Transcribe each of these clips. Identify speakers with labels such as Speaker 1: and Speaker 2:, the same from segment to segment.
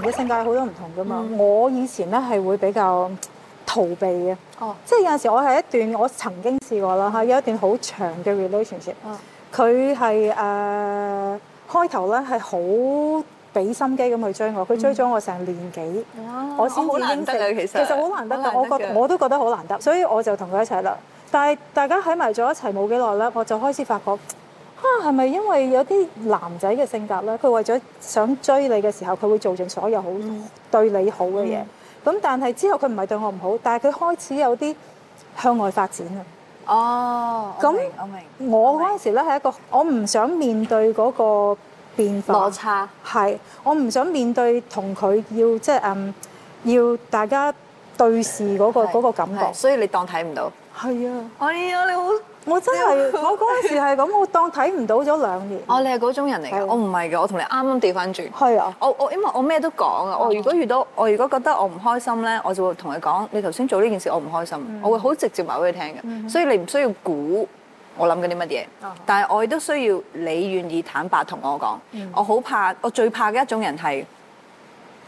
Speaker 1: 嘅性格好多唔同噶嘛。我以前咧係會比較嗯逃避嘅，
Speaker 2: 哦，
Speaker 1: 即係有陣時我係一段我曾經試過啦嚇，有一段好長嘅 relationship，
Speaker 2: 嗯
Speaker 1: 佢係誒開頭咧係好俾心機咁去追我，佢追咗我成年幾。
Speaker 2: 哇
Speaker 1: 我先
Speaker 2: 好
Speaker 1: 至
Speaker 2: 難
Speaker 1: 應
Speaker 2: 得
Speaker 1: 承
Speaker 2: 啊，其實
Speaker 1: 其實好難得㗎，我覺
Speaker 2: 嘅
Speaker 1: 我都覺得好難得，所以我就同佢一齊啦。但係大家喺埋咗一齊冇幾耐咧，我就開始發覺，啊係咪因為有啲男仔嘅性格咧，佢為咗想追你嘅時候，佢會做盡所有好、
Speaker 2: 嗯
Speaker 1: 對你好嘅嘢。咁、但係之後佢唔係對我唔好，但係佢開始有啲向外發展啊。
Speaker 2: 哦，
Speaker 1: 咁
Speaker 2: 我明我明
Speaker 1: 我嗰陣時咧係一個，我唔想面對嗰個變化
Speaker 2: 羅。差
Speaker 1: 係，我唔想面對同佢要即係嗯，要大家對視嗰、個
Speaker 2: 係
Speaker 1: 嗰個感覺
Speaker 2: 係。所以你當睇唔到。
Speaker 1: 係啊，
Speaker 2: 哎呀，你好，
Speaker 1: 我真係我嗰陣時係咁，我當睇唔到咗兩年。
Speaker 2: 哦，你係嗰種人嚟嘅，
Speaker 1: 係
Speaker 2: 我唔係嘅，我同你啱啱調翻轉。
Speaker 1: 係啊，哦
Speaker 2: 我我因為我咩都講啊，我如果遇到我如果覺得我唔開心咧，我就會同佢講：你頭先做呢件事我唔開心，
Speaker 1: 嗯
Speaker 2: 我會好直接話俾你聽嘅。所以你唔需要估我諗緊啲乜嘢
Speaker 1: 嗯，
Speaker 2: 但係我亦都需要你願意坦白同我講。
Speaker 1: 嗯
Speaker 2: 我好怕，我最怕嘅一種人係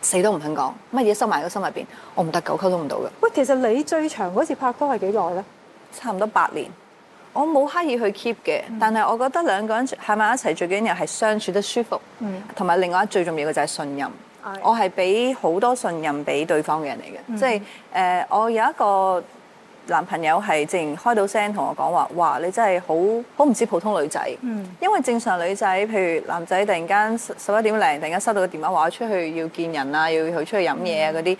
Speaker 2: 死都唔肯講，乜嘢收埋喺個心入邊，我唔得嘅，我溝通唔到嘅。
Speaker 1: 喂，其實你最長嗰次拍拖係幾耐咧？
Speaker 2: 差唔多八年，我冇刻意去 keep 嘅，但係我覺得兩個人喺埋一齊最緊要係相處得舒服，同埋、另外一最重要嘅就係信任
Speaker 1: 係。
Speaker 2: 我係俾好多信任俾對方嘅人嚟嘅，即係誒我有一個男朋友係直情開到聲同我講話，哇你真係好好唔似普通女仔，因為正常女仔譬如男仔突然間十一點零突然間收到個電話話我出去要見人啊，要去出去飲嘢啊嗰啲，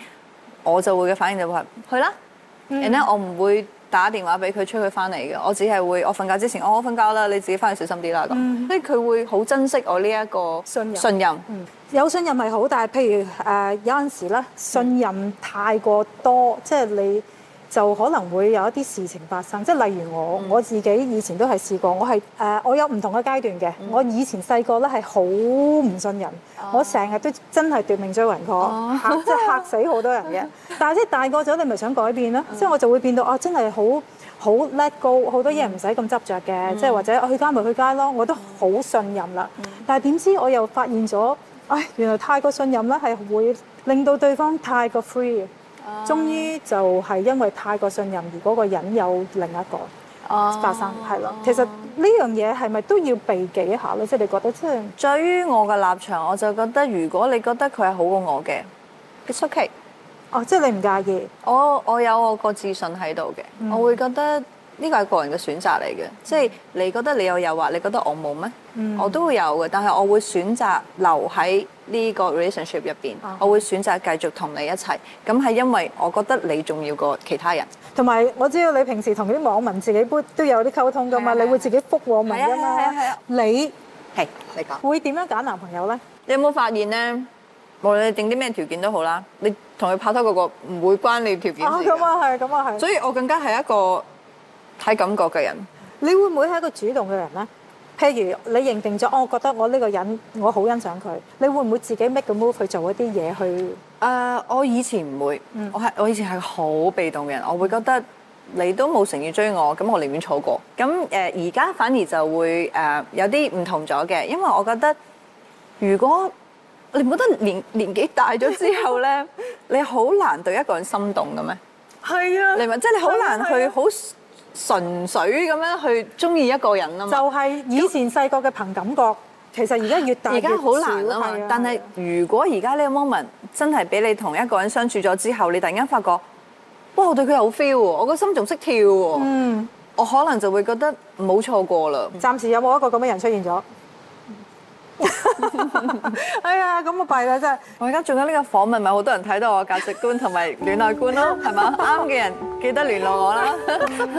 Speaker 2: 我就會嘅反應就會係去啦。
Speaker 1: 嗯
Speaker 2: 然咧我唔會打電話俾佢催佢翻嚟嘅，我只係會我瞓覺之前，我我瞓覺啦，你自己翻去小心啲啦咁。所以佢會好珍惜我呢一個
Speaker 1: 嗯信任嗯
Speaker 2: 信任
Speaker 1: 有信任係好，但係譬如誒、有陣時咧，信任太過多，即係你就可能會有一啲事情發生。即係例如我、我自己以前都係試過，我係誒、呃我有唔同嘅階段嘅。我以前細個咧係好唔信任，我成日都真係奪命追魂 call，嚇、即係嚇死好多人嘅。但係即係大個咗，你咪想改變啦，即係我就會變到啊，真係好。好 let go，好多嘢唔使咁執着嘅，
Speaker 2: 嗯
Speaker 1: 即係或者我啊去街咪去街咯，我都好信任啦。但係點知我又發現咗，唉，原來太過信任咧係會令到對方太過 free 嘅。
Speaker 2: 啊
Speaker 1: 終於就係因為太過信任而嗰個人有另一個
Speaker 2: 哦
Speaker 1: 發生，係啦。其實呢樣嘢係咪都要避忌一下咧？即係你覺得即係
Speaker 2: 在於我嘅立場，我就覺得如果你覺得佢係好過我嘅，it's okay。
Speaker 1: 哦，即係你唔介意，
Speaker 2: 我我有我個自信喺度嘅，我會覺得呢個係個人嘅選擇嚟嘅，即係你覺得你有誘惑，你覺得我冇咩？我都會有嘅，但係我會選擇留喺呢個 relationship 入邊，我會選擇繼續同你一齊。咁係因為我覺得你重要過其他人。
Speaker 1: 同埋我知道你平時同啲網民自己都都有啲溝通噶嘛，
Speaker 2: 係啊
Speaker 1: 你會自己覆網民
Speaker 2: 係啊
Speaker 1: 噶
Speaker 2: 係啊係啊係
Speaker 1: 嘛
Speaker 2: 啊？
Speaker 1: 你
Speaker 2: 係你講，
Speaker 1: 會點樣揀男朋友咧？
Speaker 2: 你有冇發現呢？無論你定啲咩條件都好啦，你同佢拍拖嗰個唔會關你條件
Speaker 1: 啊，
Speaker 2: 事
Speaker 1: 咁
Speaker 2: 㗎。
Speaker 1: 啊係，咁啊係。
Speaker 2: 所以我更加係一個睇感覺嘅人。
Speaker 1: 你會唔會係一個主動嘅人呢？譬如你認定咗，哦我覺得我呢個人我好欣賞佢，你會唔會自己 make 個 move 去做一啲嘢去？
Speaker 2: 誒、呃我以前唔會，
Speaker 1: 嗯
Speaker 2: 我係我以前係好被動嘅人，我會覺得你都冇誠意追我，咁我寧願錯過。咁呃誒而家反而就會誒、呃有啲唔同咗嘅，因為我覺得如果你唔覺得年 年紀大咗之後咧， 你好難對一個人心動嘅咩？
Speaker 1: 係啊
Speaker 2: 你明唔明？即係你好難
Speaker 1: 係
Speaker 2: 去
Speaker 1: 啊
Speaker 2: 好純粹咁樣去中意一個人啊嘛。
Speaker 1: 就係以前細個嘅憑感覺，其實而家越大
Speaker 2: 而家好難啊
Speaker 1: 越少係
Speaker 2: 嘛，但係如果而家呢個 moment 真係俾你同一個人相處咗之後，你突然間發覺，哇！我對佢有 feel 喎，我個心仲識跳喎，
Speaker 1: 嗯，
Speaker 2: 我可能就會覺得冇錯過啦。
Speaker 1: 暫時有冇一個咁嘅人出現咗？哎呀，咁啊弊啦真係。
Speaker 2: 我而家做緊呢個訪問，咪好多人睇到我價值觀同埋戀愛觀 咯，係嘛？啱嘅人記得聯絡我 啦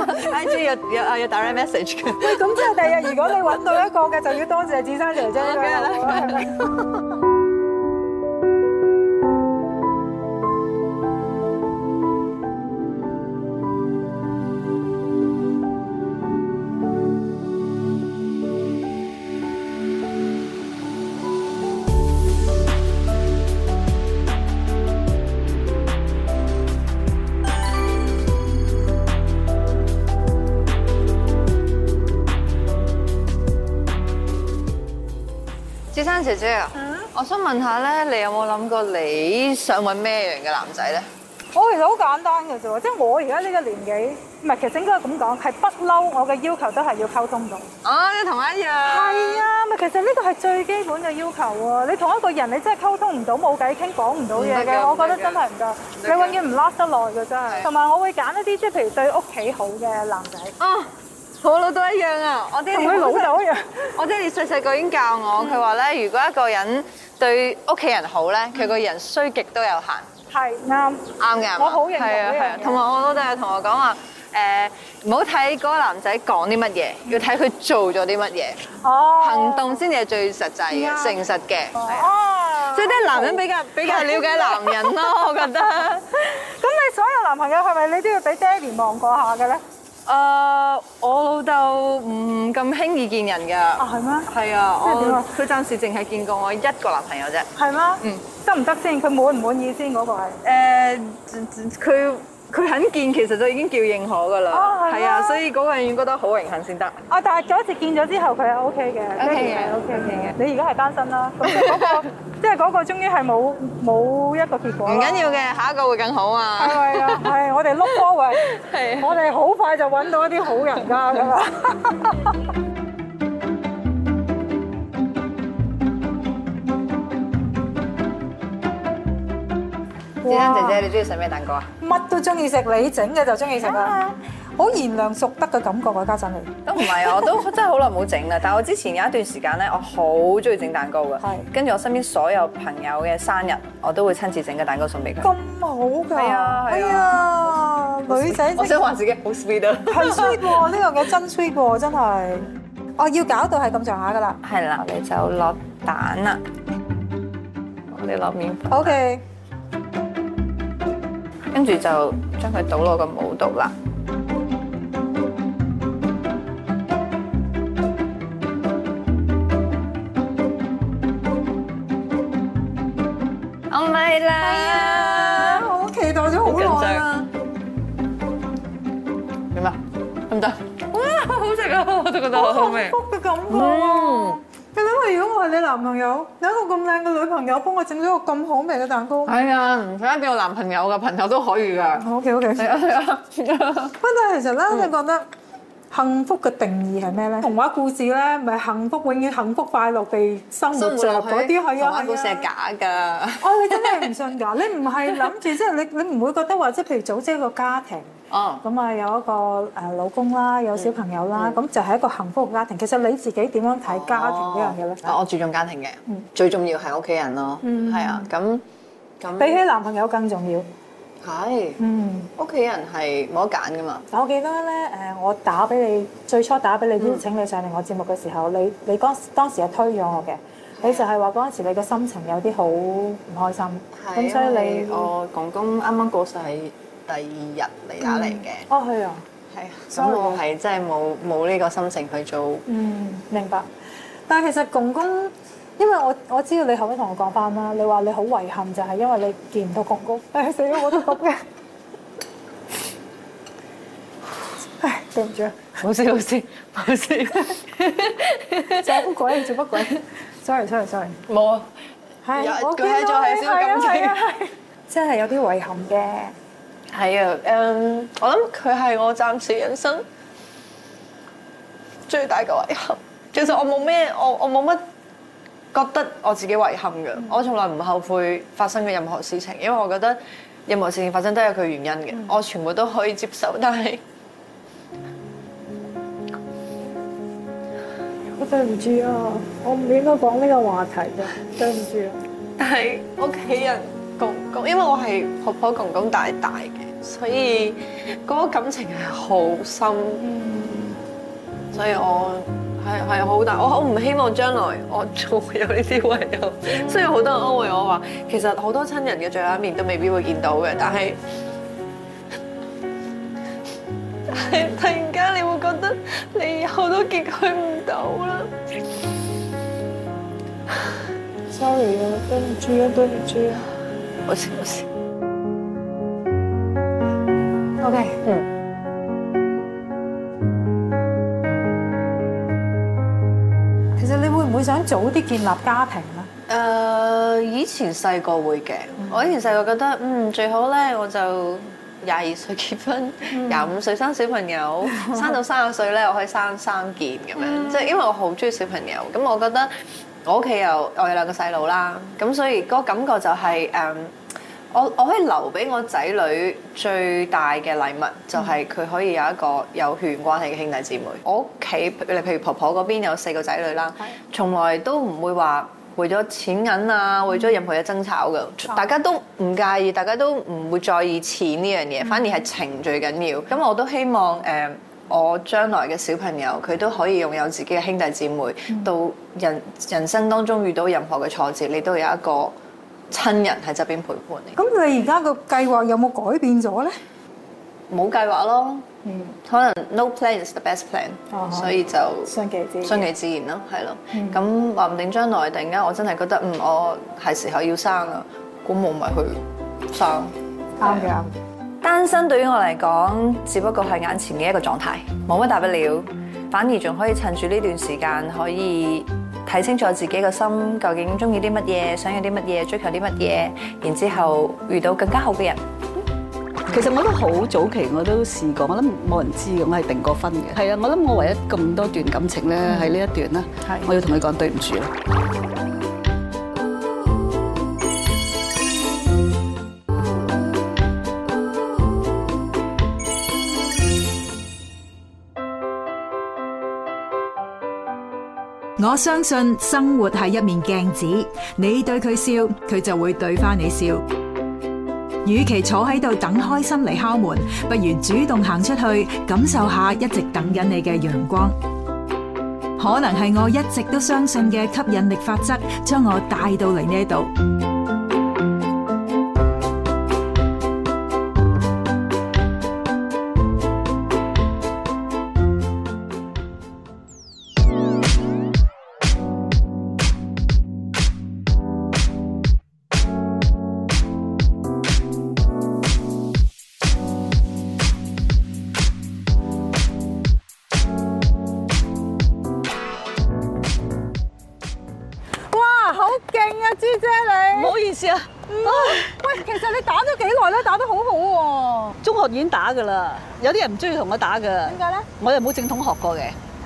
Speaker 2: ，IG 有有有 direct message 嘅。
Speaker 1: 喂，咁即係第日如果你揾到一個嘅，就要多謝芷珊姐姐
Speaker 2: 梗係啦
Speaker 1: 啦。
Speaker 2: 芷珊姐姐啊，我想問下咧，你有冇諗過你想揾咩樣嘅男仔咧？
Speaker 1: 我其實好簡單嘅啫喎，即係我而家呢個年紀，唔係其實應該咁講，係不嬲我嘅要求都係要溝通到。
Speaker 2: 啊，你同我一樣。
Speaker 1: 係啊，咪其實呢個係最基本嘅要求喎。你同一個人你真係溝通唔到，冇偈傾，講唔到嘢
Speaker 2: 唔得㗎
Speaker 1: 嘅，我覺得
Speaker 2: 唔得㗎
Speaker 1: 真係唔得。你
Speaker 2: 得㗎
Speaker 1: 永遠唔 last 得耐嘅真
Speaker 2: 係
Speaker 1: 係。同埋我會揀一啲即係譬如對屋企好嘅男仔，
Speaker 2: 啊，同我老豆一樣啊！我爹
Speaker 1: 同
Speaker 2: 哋
Speaker 1: 佢老豆一樣。
Speaker 2: 我爹哋細細個已經教我，佢話咧，如果一個人對屋企人好咧，佢個人衰極都有限。
Speaker 1: 係啱，
Speaker 2: 啱嘅，係
Speaker 1: 我
Speaker 2: 嘛
Speaker 1: 好認同
Speaker 2: 係啊
Speaker 1: 呢樣嘢
Speaker 2: 係啊，同埋我老豆又同我講話。誒唔好睇嗰個男仔講啲乜嘢，要睇佢做咗啲乜嘢，
Speaker 1: 哦，
Speaker 2: 行動先至係最實際嘅、
Speaker 1: 啱
Speaker 2: 誠實嘅。係啊
Speaker 1: 哦，
Speaker 2: 即係啲男人比較比較了解男人咯，我覺得。誒、
Speaker 1: 咁你所有男朋友係咪你都要俾爹哋望過下嘅咧？
Speaker 2: 我老豆唔咁輕易見人㗎。
Speaker 1: 啊，係咩？
Speaker 2: 係啊，
Speaker 1: 即係點啊
Speaker 2: 我佢暫時淨係見過我一個男朋友啫。
Speaker 1: 係咩？
Speaker 2: 嗯，
Speaker 1: 得唔得先？佢滿唔滿意先嗰個係？
Speaker 2: 誒，佢佢肯見其實就已經叫認可㗎啦
Speaker 1: 哦。係
Speaker 2: 係
Speaker 1: 咩
Speaker 2: 啊，所以嗰個人覺得好榮幸先得。
Speaker 1: 啊！但係嗰次見咗之後，佢係 O K 嘅
Speaker 2: 嘅
Speaker 1: 係 O K
Speaker 2: OK 嘅
Speaker 1: 嘅。你而家係單身啦，咁即係嗰個，即係 嗰個終於係冇冇一個結果
Speaker 2: 唔
Speaker 1: 啦。
Speaker 2: 緊要嘅，下一個會更好啊
Speaker 1: 係。 咪啊？係我哋 look forward，
Speaker 2: 係
Speaker 1: 我哋好快就揾到一啲好人㗎咁啊！
Speaker 2: 子欣 姐姐，你中意食咩蛋糕啊？
Speaker 1: 乜都中意食，你整嘅就中意食啦，好賢良淑德嘅感覺啊！家陣你
Speaker 2: 都唔係啊，我都 真係好耐冇整啦。但係我之前有一段時間咧，我好中意整蛋糕嘅
Speaker 1: 係。
Speaker 2: 跟住我身邊所有朋友嘅生日，我都會親自整個蛋糕送俾佢。
Speaker 1: 咁好㗎，
Speaker 2: 係啊係
Speaker 1: 係啊，女仔
Speaker 2: 我
Speaker 1: 即
Speaker 2: 想話自己好 sweet 啊。
Speaker 1: 係 sweet 喎，呢樣嘢真 sweet 喎，真係。哦，要搞到係咁上下㗎啦。
Speaker 2: 係啦，你就落蛋啦。我哋落麵粉，
Speaker 1: O K。
Speaker 2: 跟住就將佢倒落個模度啦。我咪啦，
Speaker 1: 我期待咗好耐啦。
Speaker 2: 點啊？得唔得？哇，好食啊！我都覺得好好味
Speaker 1: 幸。福嘅感覺
Speaker 2: 嗯
Speaker 1: 啊！你諗下，如果我係你男朋友，你一個咁靚嘅女朋友幫我整咗個咁好味嘅蛋糕
Speaker 2: 係啊，唔使一定要男朋友㗎，朋友都可以㗎。
Speaker 1: ，O K O K。
Speaker 2: 係啊係啊。
Speaker 1: 不過其實咧，你覺得幸福嘅定義係咩咧？童話故事咧，咪幸福永遠幸福快樂地生活着 嗰啲係啊，
Speaker 2: 故事係
Speaker 1: 係啊。
Speaker 2: 假㗎。
Speaker 1: 哦，你真係唔信㗎？你唔係諗住即係你，你唔會覺得話即係譬如組織一個家庭。
Speaker 2: 哦，
Speaker 1: 咁啊，有一個誒老公啦，有小朋友啦，咁就係一個幸福嘅家庭。其實你自己點樣睇家庭呢樣嘢咧？
Speaker 2: 我注重家庭嘅，最重要係屋企人咯。
Speaker 1: 嗯
Speaker 2: 係啊，咁咁
Speaker 1: 比起男朋友更重要。
Speaker 2: 係
Speaker 1: 嗯，
Speaker 2: 屋企人係冇得揀㗎嘛。
Speaker 1: 我記得咧誒，我打俾你最初打俾你邀請你上嚟我節目嘅時候，你你嗰當時係推咗我嘅，你就係話嗰陣時你嘅心情有啲好唔開心，咁所以你
Speaker 2: 我公公啱啱過世第二日嚟打嚟嘅，
Speaker 1: 哦係啊，
Speaker 2: 係啊，咁
Speaker 1: Sorry
Speaker 2: 我係真係冇冇呢個心情去做。
Speaker 1: 嗯明白。但係其實公公，因為我我知道你後尾同我講翻啦，你話你好遺憾就係因為你見唔到公公， 唉死咗我都咁嘅， 唉對唔住啊。
Speaker 2: 好事好事好事，
Speaker 1: 做乜鬼？做乜鬼？sorry sorry sorry，
Speaker 2: 冇啊！有
Speaker 1: 係
Speaker 2: 舉起咗係先有感情
Speaker 1: 係啊係啊真係有啲遺憾嘅。
Speaker 2: 係啊，誒，我諗佢係我暫時人生最大嘅遺憾。其實我冇咩，我我冇乜覺得我自己遺憾嘅，我從來唔後悔發生嘅任何事情，因為我覺得任何事情發生都有佢原因嘅，我全部都可以接受。但係
Speaker 1: 我對唔住啊，我唔應該講呢個話題嘅，對唔住啊。
Speaker 2: 但係屋企人公公，因為我係婆婆公公大大嘅，所以嗰個感情係好深。所以我係係好大，我我唔希望將來我仲會有呢啲遺憾。雖然好多人安慰我話，其實好多親人嘅最後一面都未必會見到嘅，但係但係突然間你會覺得你以後都結佢唔到啦。
Speaker 1: sorry 啊，對唔住啊，對唔住啊。
Speaker 2: 冇事冇事，
Speaker 1: OK，
Speaker 2: 嗯。
Speaker 3: 其實你會唔會想早啲建立家庭
Speaker 2: 誒、
Speaker 3: 咧？
Speaker 2: 呃以前細個會嘅，我以前細個覺得嗯最好咧，我就廿二歲結婚，廿五歲生小朋友，生到三十歲咧，我可以生三件咁樣，即係因為我好中意小朋友，咁我覺得我屋企又我有兩個細路啦，咁所以嗰個感覺就係、誒。我我可以留俾我仔女最大嘅禮物，就係佢可以有一個有血緣關係嘅兄弟姊妹。我屋企譬如婆婆嗰邊有四個仔女啦，從來都唔會話為咗錢銀啊，為咗任何嘢爭吵嘅，大家都唔介意，大家都唔會在意錢呢樣嘢，反而係情最緊要。咁我都希望誒。呃我將來嘅小朋友，佢都可以擁有自己嘅兄弟姊妹，到人人生當中遇到任何嘅挫折，你都有一個親人喺側邊陪伴你。
Speaker 3: 咁你而家個計劃有冇改變咗咧？
Speaker 2: 冇計劃咯，可能 no plan is the best plan，、
Speaker 3: 哦
Speaker 2: 所以就
Speaker 3: 信其自然
Speaker 2: 順其自然咯，係咯。
Speaker 1: 嗯
Speaker 2: 咁話唔定將來突然間我真係覺得嗯，我係時候要生啦，咁我咪去生。
Speaker 3: 啱嘅，啱
Speaker 1: 單身對於我嚟講，只不過係眼前嘅一個狀態，冇乜大不了，反而仲可以趁住呢段時間，可以睇清楚自己個心究竟中意啲乜嘢，想要啲乜嘢，追求啲乜嘢，然之後遇到更加好嘅人。
Speaker 4: 其實我都好早期我都試過，我諗冇人知嘅，我係訂過婚嘅。係啊，我諗我唯一咁多段感情咧，
Speaker 3: 嗯
Speaker 4: 喺呢一段啦，我要同佢講對唔住啦。
Speaker 5: 我相信生活係一面鏡子，你對佢笑，佢就會對翻你笑。與其坐喺度等開心嚟敲門，不如主動行出去，感受下一直等緊你嘅陽光。可能係我一直都相信嘅吸引力法則，將我帶到嚟呢度。
Speaker 3: 哇，好勁啊，朱姐你！
Speaker 4: 好意思啊，
Speaker 3: 喂，其實你打咗幾耐咧？打得好好
Speaker 4: 中學已經打㗎啦，有啲人唔中意同我打㗎。點
Speaker 3: 解咧？
Speaker 4: 我又冇正統學過嘅。
Speaker 3: 喎。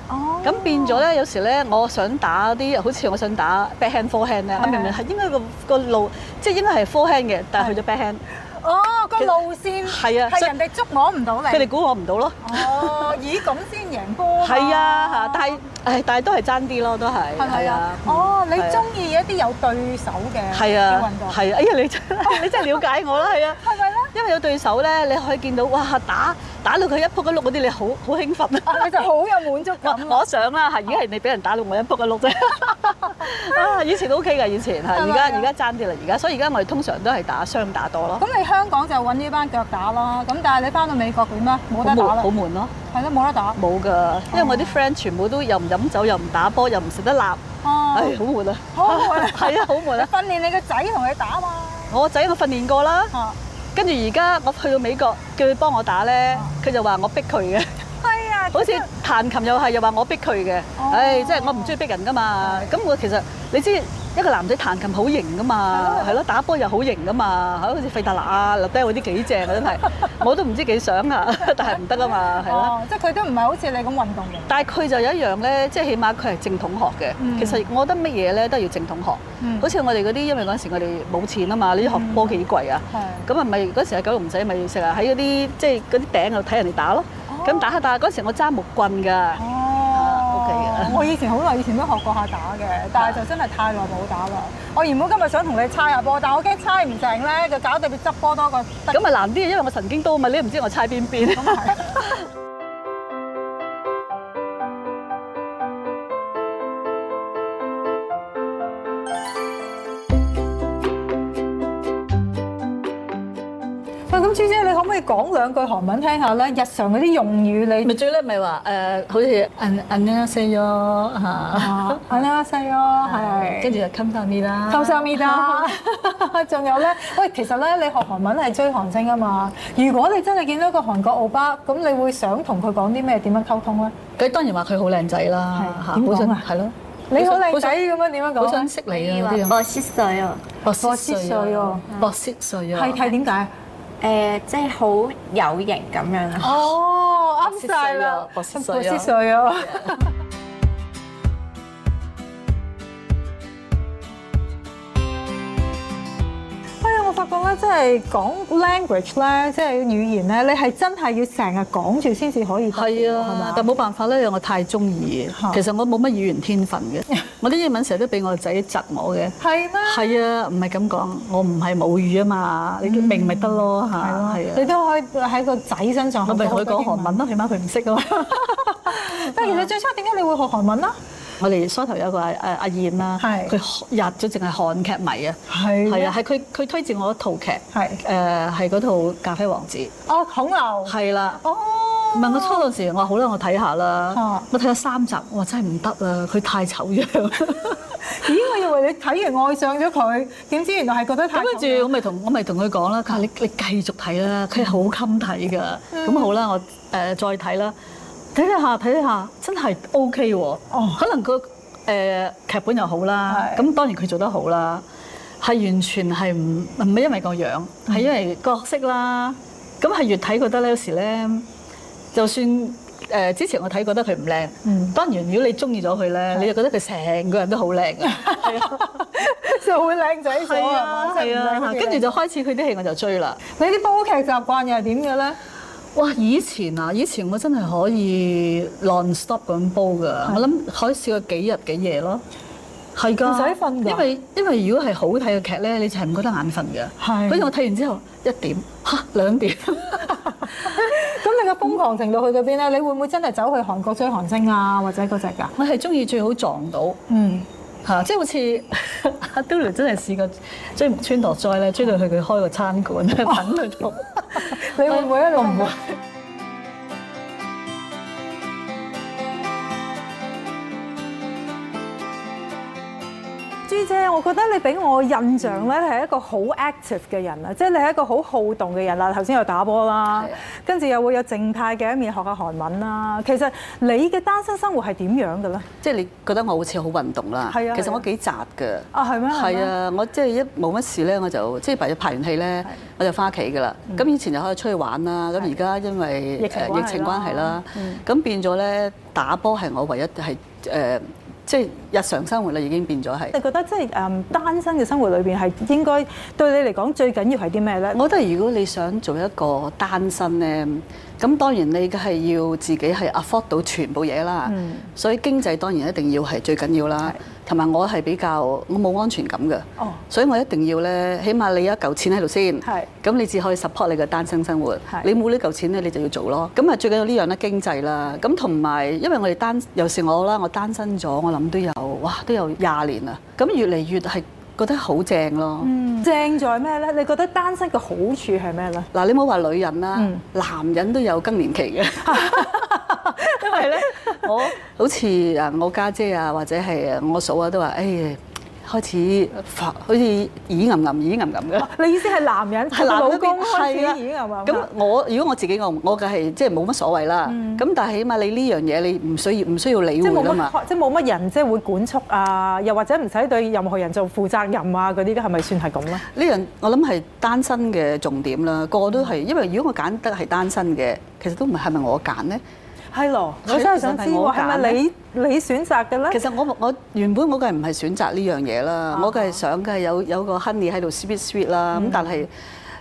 Speaker 3: 哦
Speaker 4: 咁變咗咧，有時咧，我想打啲好似我想打 backhand、forehand 咧，我明明係應該個個路，即係應該係 forehand 嘅，但係去咗 backhand，
Speaker 3: 哦，個路線
Speaker 4: 係啊所
Speaker 3: 係
Speaker 4: 以
Speaker 3: 人哋捉摸唔到
Speaker 4: 佢
Speaker 3: 你
Speaker 4: 哋。估我唔到咯。
Speaker 3: 哦，以咁先贏波嘛。
Speaker 4: 係啊，嚇，但係誒，但係都係爭啲咯，都係
Speaker 3: 係咪啊？哦，你中意一啲有對手嘅
Speaker 4: 係
Speaker 3: 嘅
Speaker 4: 啊
Speaker 3: 運，動，
Speaker 4: 係啊，哎呀，你真 你真係了解我啦，係啊，
Speaker 3: 係咪咧？
Speaker 4: 因為有對手咧，你可以見到哇打打到佢一撲一碌嗰啲，你好好興奮啊！
Speaker 3: 啊你就好有滿足感。
Speaker 4: 我我想啦，係而家係你俾人打到我一撲一 碌啫。啊，以前都 OK 㗎，以前嚇，
Speaker 3: 係
Speaker 4: 而
Speaker 3: 咪啊
Speaker 4: 家而家爭啲啦，而家所以而家我哋通常都係打雙打多咯，
Speaker 3: 咁你香港就揾呢班腳打啦，咁但係你翻到美國點咧？冇
Speaker 4: 好
Speaker 3: 得
Speaker 4: 悶
Speaker 3: 打啦
Speaker 4: 好，悶咯，
Speaker 3: 係咯，冇得打。
Speaker 4: 冇㗎，因為我啲 friend 全部都又唔飲酒，又唔打波，又唔食得辣，唉
Speaker 3: 哦，，
Speaker 4: 好悶啊，
Speaker 3: 好悶啊
Speaker 4: 係啊，好悶啊！
Speaker 3: 訓練你個仔同佢打嘛。
Speaker 4: 我仔我訓練過啦。
Speaker 3: 啊，
Speaker 4: 跟住而家我去到美國，叫佢幫我打咧，佢就話我逼佢嘅，
Speaker 3: 係啊，
Speaker 4: 好似彈琴又係又話我逼佢嘅，
Speaker 3: 哦
Speaker 4: 唉，即係我唔中意逼人噶嘛。咁我其實你知一個男仔彈琴好型噶嘛，係咯，打波又好型噶嘛，好似費達拿啊、立低嗰啲幾正啊，真係，我都唔知幾想啊， 但係唔得啊嘛，係啦。
Speaker 3: 哦，即係佢都唔係好似你咁運動嘅。
Speaker 4: 但係佢就有一樣咧，即係起碼佢係正統學嘅。
Speaker 3: 嗯
Speaker 4: 其實我覺得乜嘢咧都係要正統學。
Speaker 3: 嗯
Speaker 4: 好似我哋嗰啲，因為嗰陣時我哋冇錢啊嘛，呢啲學波幾貴啊。
Speaker 3: 係
Speaker 4: 咁啊咪嗰時係九龍仔咪成日喺嗰啲即係嗰啲頂度睇人哋打咯。咁打下打下嗰時我揸木棍㗎，
Speaker 3: 哦
Speaker 4: 啊，OK 嘅
Speaker 3: 我以前好耐以前都學過下打嘅，但係就真係太耐冇打啦。我原本今日想同你猜下波，但係我驚猜唔成咧，就搞到你執波多過得。
Speaker 4: 咁啊難啲，因為我神經刀嘛，你都唔知我猜邊邊。
Speaker 3: 喂，咁朱姐，你可唔可以講兩句韓文聽下咧？日常嗰啲用語你
Speaker 4: 咪最叻咪話誒，好似銀銀啊四咗嚇，
Speaker 3: 啊，係啦，細咯，係。
Speaker 4: 跟住就襟翻啲啦，
Speaker 3: 偷生咪啦， 仲有咧，喂，其實咧，你學韓文係追韓星啊嘛。如果你真係見到個韓國歐巴，咁你會想同佢講啲咩？點樣溝通咧？
Speaker 4: 佢當然話佢好靚仔啦
Speaker 3: 係
Speaker 4: 嚇，
Speaker 3: 點講
Speaker 4: 好想
Speaker 3: 啊
Speaker 4: 係咯。
Speaker 3: 你好靚仔咁樣點樣
Speaker 6: 好
Speaker 3: 講
Speaker 6: 想
Speaker 3: 啊？
Speaker 6: 識你啊！
Speaker 7: 話我識水啊，
Speaker 6: 博
Speaker 3: 博士稅啊
Speaker 6: 博士税啊，
Speaker 3: 係係點解？
Speaker 7: 誒，呃即係好有型咁樣啊。
Speaker 3: 哦，啱晒啦！
Speaker 6: 博士
Speaker 3: 博
Speaker 6: 税
Speaker 3: 士
Speaker 6: 啊，
Speaker 3: 稅啊！ 哎呀，我發覺咧，即係講 language 咧，即係語言咧，你係真係要成日講住先至可以得嘅喎。
Speaker 6: 係
Speaker 3: 係
Speaker 6: 啊
Speaker 3: 嘛，
Speaker 6: 但冇辦法咧，因為我太中意
Speaker 3: 嚇。
Speaker 6: 其實我冇乜語言天分 嘅，我啲英文成日都俾我仔窒我嘅。
Speaker 3: 係咩？
Speaker 6: 係啊，唔係咁講，我唔係母語啊嘛，你明咪得咯嚇，
Speaker 3: 係咯
Speaker 6: 係啊，
Speaker 3: 你都可以喺個仔身上
Speaker 6: 我咪同佢講韓
Speaker 3: 韓
Speaker 6: 文。咯，起碼佢唔識 啊嘛。
Speaker 3: 但係其實最初點解你會學韓文啊啦？
Speaker 6: 我哋梳頭有個阿阿阿燕啦，
Speaker 3: 係
Speaker 6: 佢入咗淨係韓劇迷啊，
Speaker 3: 係
Speaker 6: 係啊，係佢佢推薦我一套劇，
Speaker 3: 係
Speaker 6: 誒係嗰套《咖啡王子》，
Speaker 3: 哦，孔劉。
Speaker 6: 係啦。
Speaker 3: 哦
Speaker 6: 唔。係我初嗰陣時，我話好啦，我睇下啦
Speaker 3: 啊。
Speaker 6: 我睇咗三集，我話真係唔得啦，佢太醜樣。
Speaker 3: 咦！我以為你睇完愛上咗佢，點知原來係覺得太
Speaker 6: 咁啊跟住我咪同我咪同佢講啦，佢話你你繼續睇啦，佢係好襟睇㗎。
Speaker 3: 嗯
Speaker 6: 咁好啦，我誒再睇啦，睇睇下睇睇下，真係 O K 喎
Speaker 3: 哦。
Speaker 6: 可能個誒劇本又好啦，
Speaker 3: 係
Speaker 6: 咁當然佢做得好啦，係完全係唔唔係因為個樣，
Speaker 3: 嗯
Speaker 6: 係因為角色啦。咁係越睇覺得咧，有時咧，就算誒、呃之前我睇覺得佢唔靚，
Speaker 3: 嗯
Speaker 6: 當然如果你中意咗佢咧，你就覺得佢成個人都好靚㗎。
Speaker 3: 就會靚仔咗
Speaker 6: 係
Speaker 3: 係
Speaker 6: 啊
Speaker 3: 嘛？
Speaker 6: 係啊，跟住就開始佢啲戲我就追啦。
Speaker 3: 你啲煲劇習慣又係點嘅咧？
Speaker 6: 哇！以前啊，以前我真係可以 non stop 咁煲噶，我諗可以試過幾日幾夜咯。係㗎，
Speaker 3: 唔使瞓㗎
Speaker 6: 因為因為如果係好睇嘅劇咧，你就係唔覺得眼瞓嘅。
Speaker 3: 係
Speaker 6: 跟住我睇完之後一點嚇兩點，
Speaker 3: 咁你嘅瘋狂程度去到邊咧？你會唔會真係走去韓國追韓星啊，或者嗰只㗎？
Speaker 6: 我係中意最好撞到。
Speaker 3: 嗯，
Speaker 6: 嚇、即係好似阿 d o l 真係試過追木村拓哉咧，追到去佢開個餐館 咧，等佢做。
Speaker 3: 你會唔會啊？你唔會。朱姐，我覺得你俾我印象咧係一個好 active 嘅人啊，即係你係一個好好動嘅人啦。頭先又打波啦，跟住又會有靜態嘅一面學下韓文啦。其實你嘅單身生活係點樣嘅咧？
Speaker 6: 即係你覺得我好似好運動啦，
Speaker 3: 係啊
Speaker 6: 其實
Speaker 3: 係啊
Speaker 6: 我幾宅㗎。
Speaker 3: 啊係咩係咩
Speaker 6: 係啊，我即係一冇乜事咧，我就即係排排完戲咧，我就翻屋企㗎啦。咁以前就可以出去玩啦，咁而家因為
Speaker 3: 嗯疫情
Speaker 6: 誒
Speaker 3: 關係
Speaker 6: 疫情關係啦
Speaker 3: 啦，嗯
Speaker 6: 咁變咗咧打波係我唯一係誒，即係日常生活啦已經變咗係。
Speaker 3: 你覺得即係誒單身嘅生活裏邊係應該對你嚟講最緊要係啲咩咧？
Speaker 6: 我覺得如果你想做一個單身咧，咁當然你係要自己係 afford 到全部嘢啦，所以經濟當然一定要係最緊要啦。同埋我係比較我冇安全感嘅，
Speaker 3: 哦
Speaker 6: 所以我一定要咧，起碼你有一嚿錢喺度先
Speaker 3: 係，
Speaker 6: 咁你至可以 support 你嘅單身生活
Speaker 3: 係。
Speaker 6: 你冇呢嚿錢咧，你就要做咯。咁啊，最緊要呢樣咧經濟啦，咁同埋因為我哋單，尤其是我啦，我單身咗，我諗都有哇都有廿年啦，咁越嚟越係覺得好正咯。
Speaker 3: 正在咩咧？你覺得單身嘅好處係咩咧？
Speaker 6: 嗱，你唔好話女人啦，
Speaker 3: 嗯
Speaker 6: 男人都有更年期 嘅，因為咧，我好似啊，我家姐啊，或者係啊我嫂啊，都話，誒、開始發，好似耳吟吟、耳吟吟嘅。
Speaker 3: 你意 思係男人佢老
Speaker 6: 嗰邊
Speaker 3: 公開
Speaker 6: 係啊
Speaker 3: 始已經係嘛？
Speaker 6: 咁我如果我自己我我嘅係即係冇乜所謂啦。咁、但係起碼你呢樣嘢你唔需要唔需要理
Speaker 3: 即
Speaker 6: 會
Speaker 3: 係冇
Speaker 6: 㗎嘛。
Speaker 3: 乜，即係冇乜人即係會管束啊，又或者唔使對任何人做負責任啊嗰啲，係咪算係咁咧？
Speaker 6: 呢樣我諗係單身嘅重點啦，個個都係，因為如果我揀得係單身嘅，其實都唔係係咪我揀呢？
Speaker 3: 係咯，
Speaker 6: 係
Speaker 3: 我真係想知
Speaker 6: 其實係我
Speaker 3: 喎，係咪
Speaker 6: 揀
Speaker 3: 你你選擇嘅
Speaker 6: 其
Speaker 3: 咧？
Speaker 6: 實我我原本我梗係唔係選擇呢樣嘢啦，我梗係想嘅係有有個 honey 喺度 sweet sweet 啦，咁但係誒、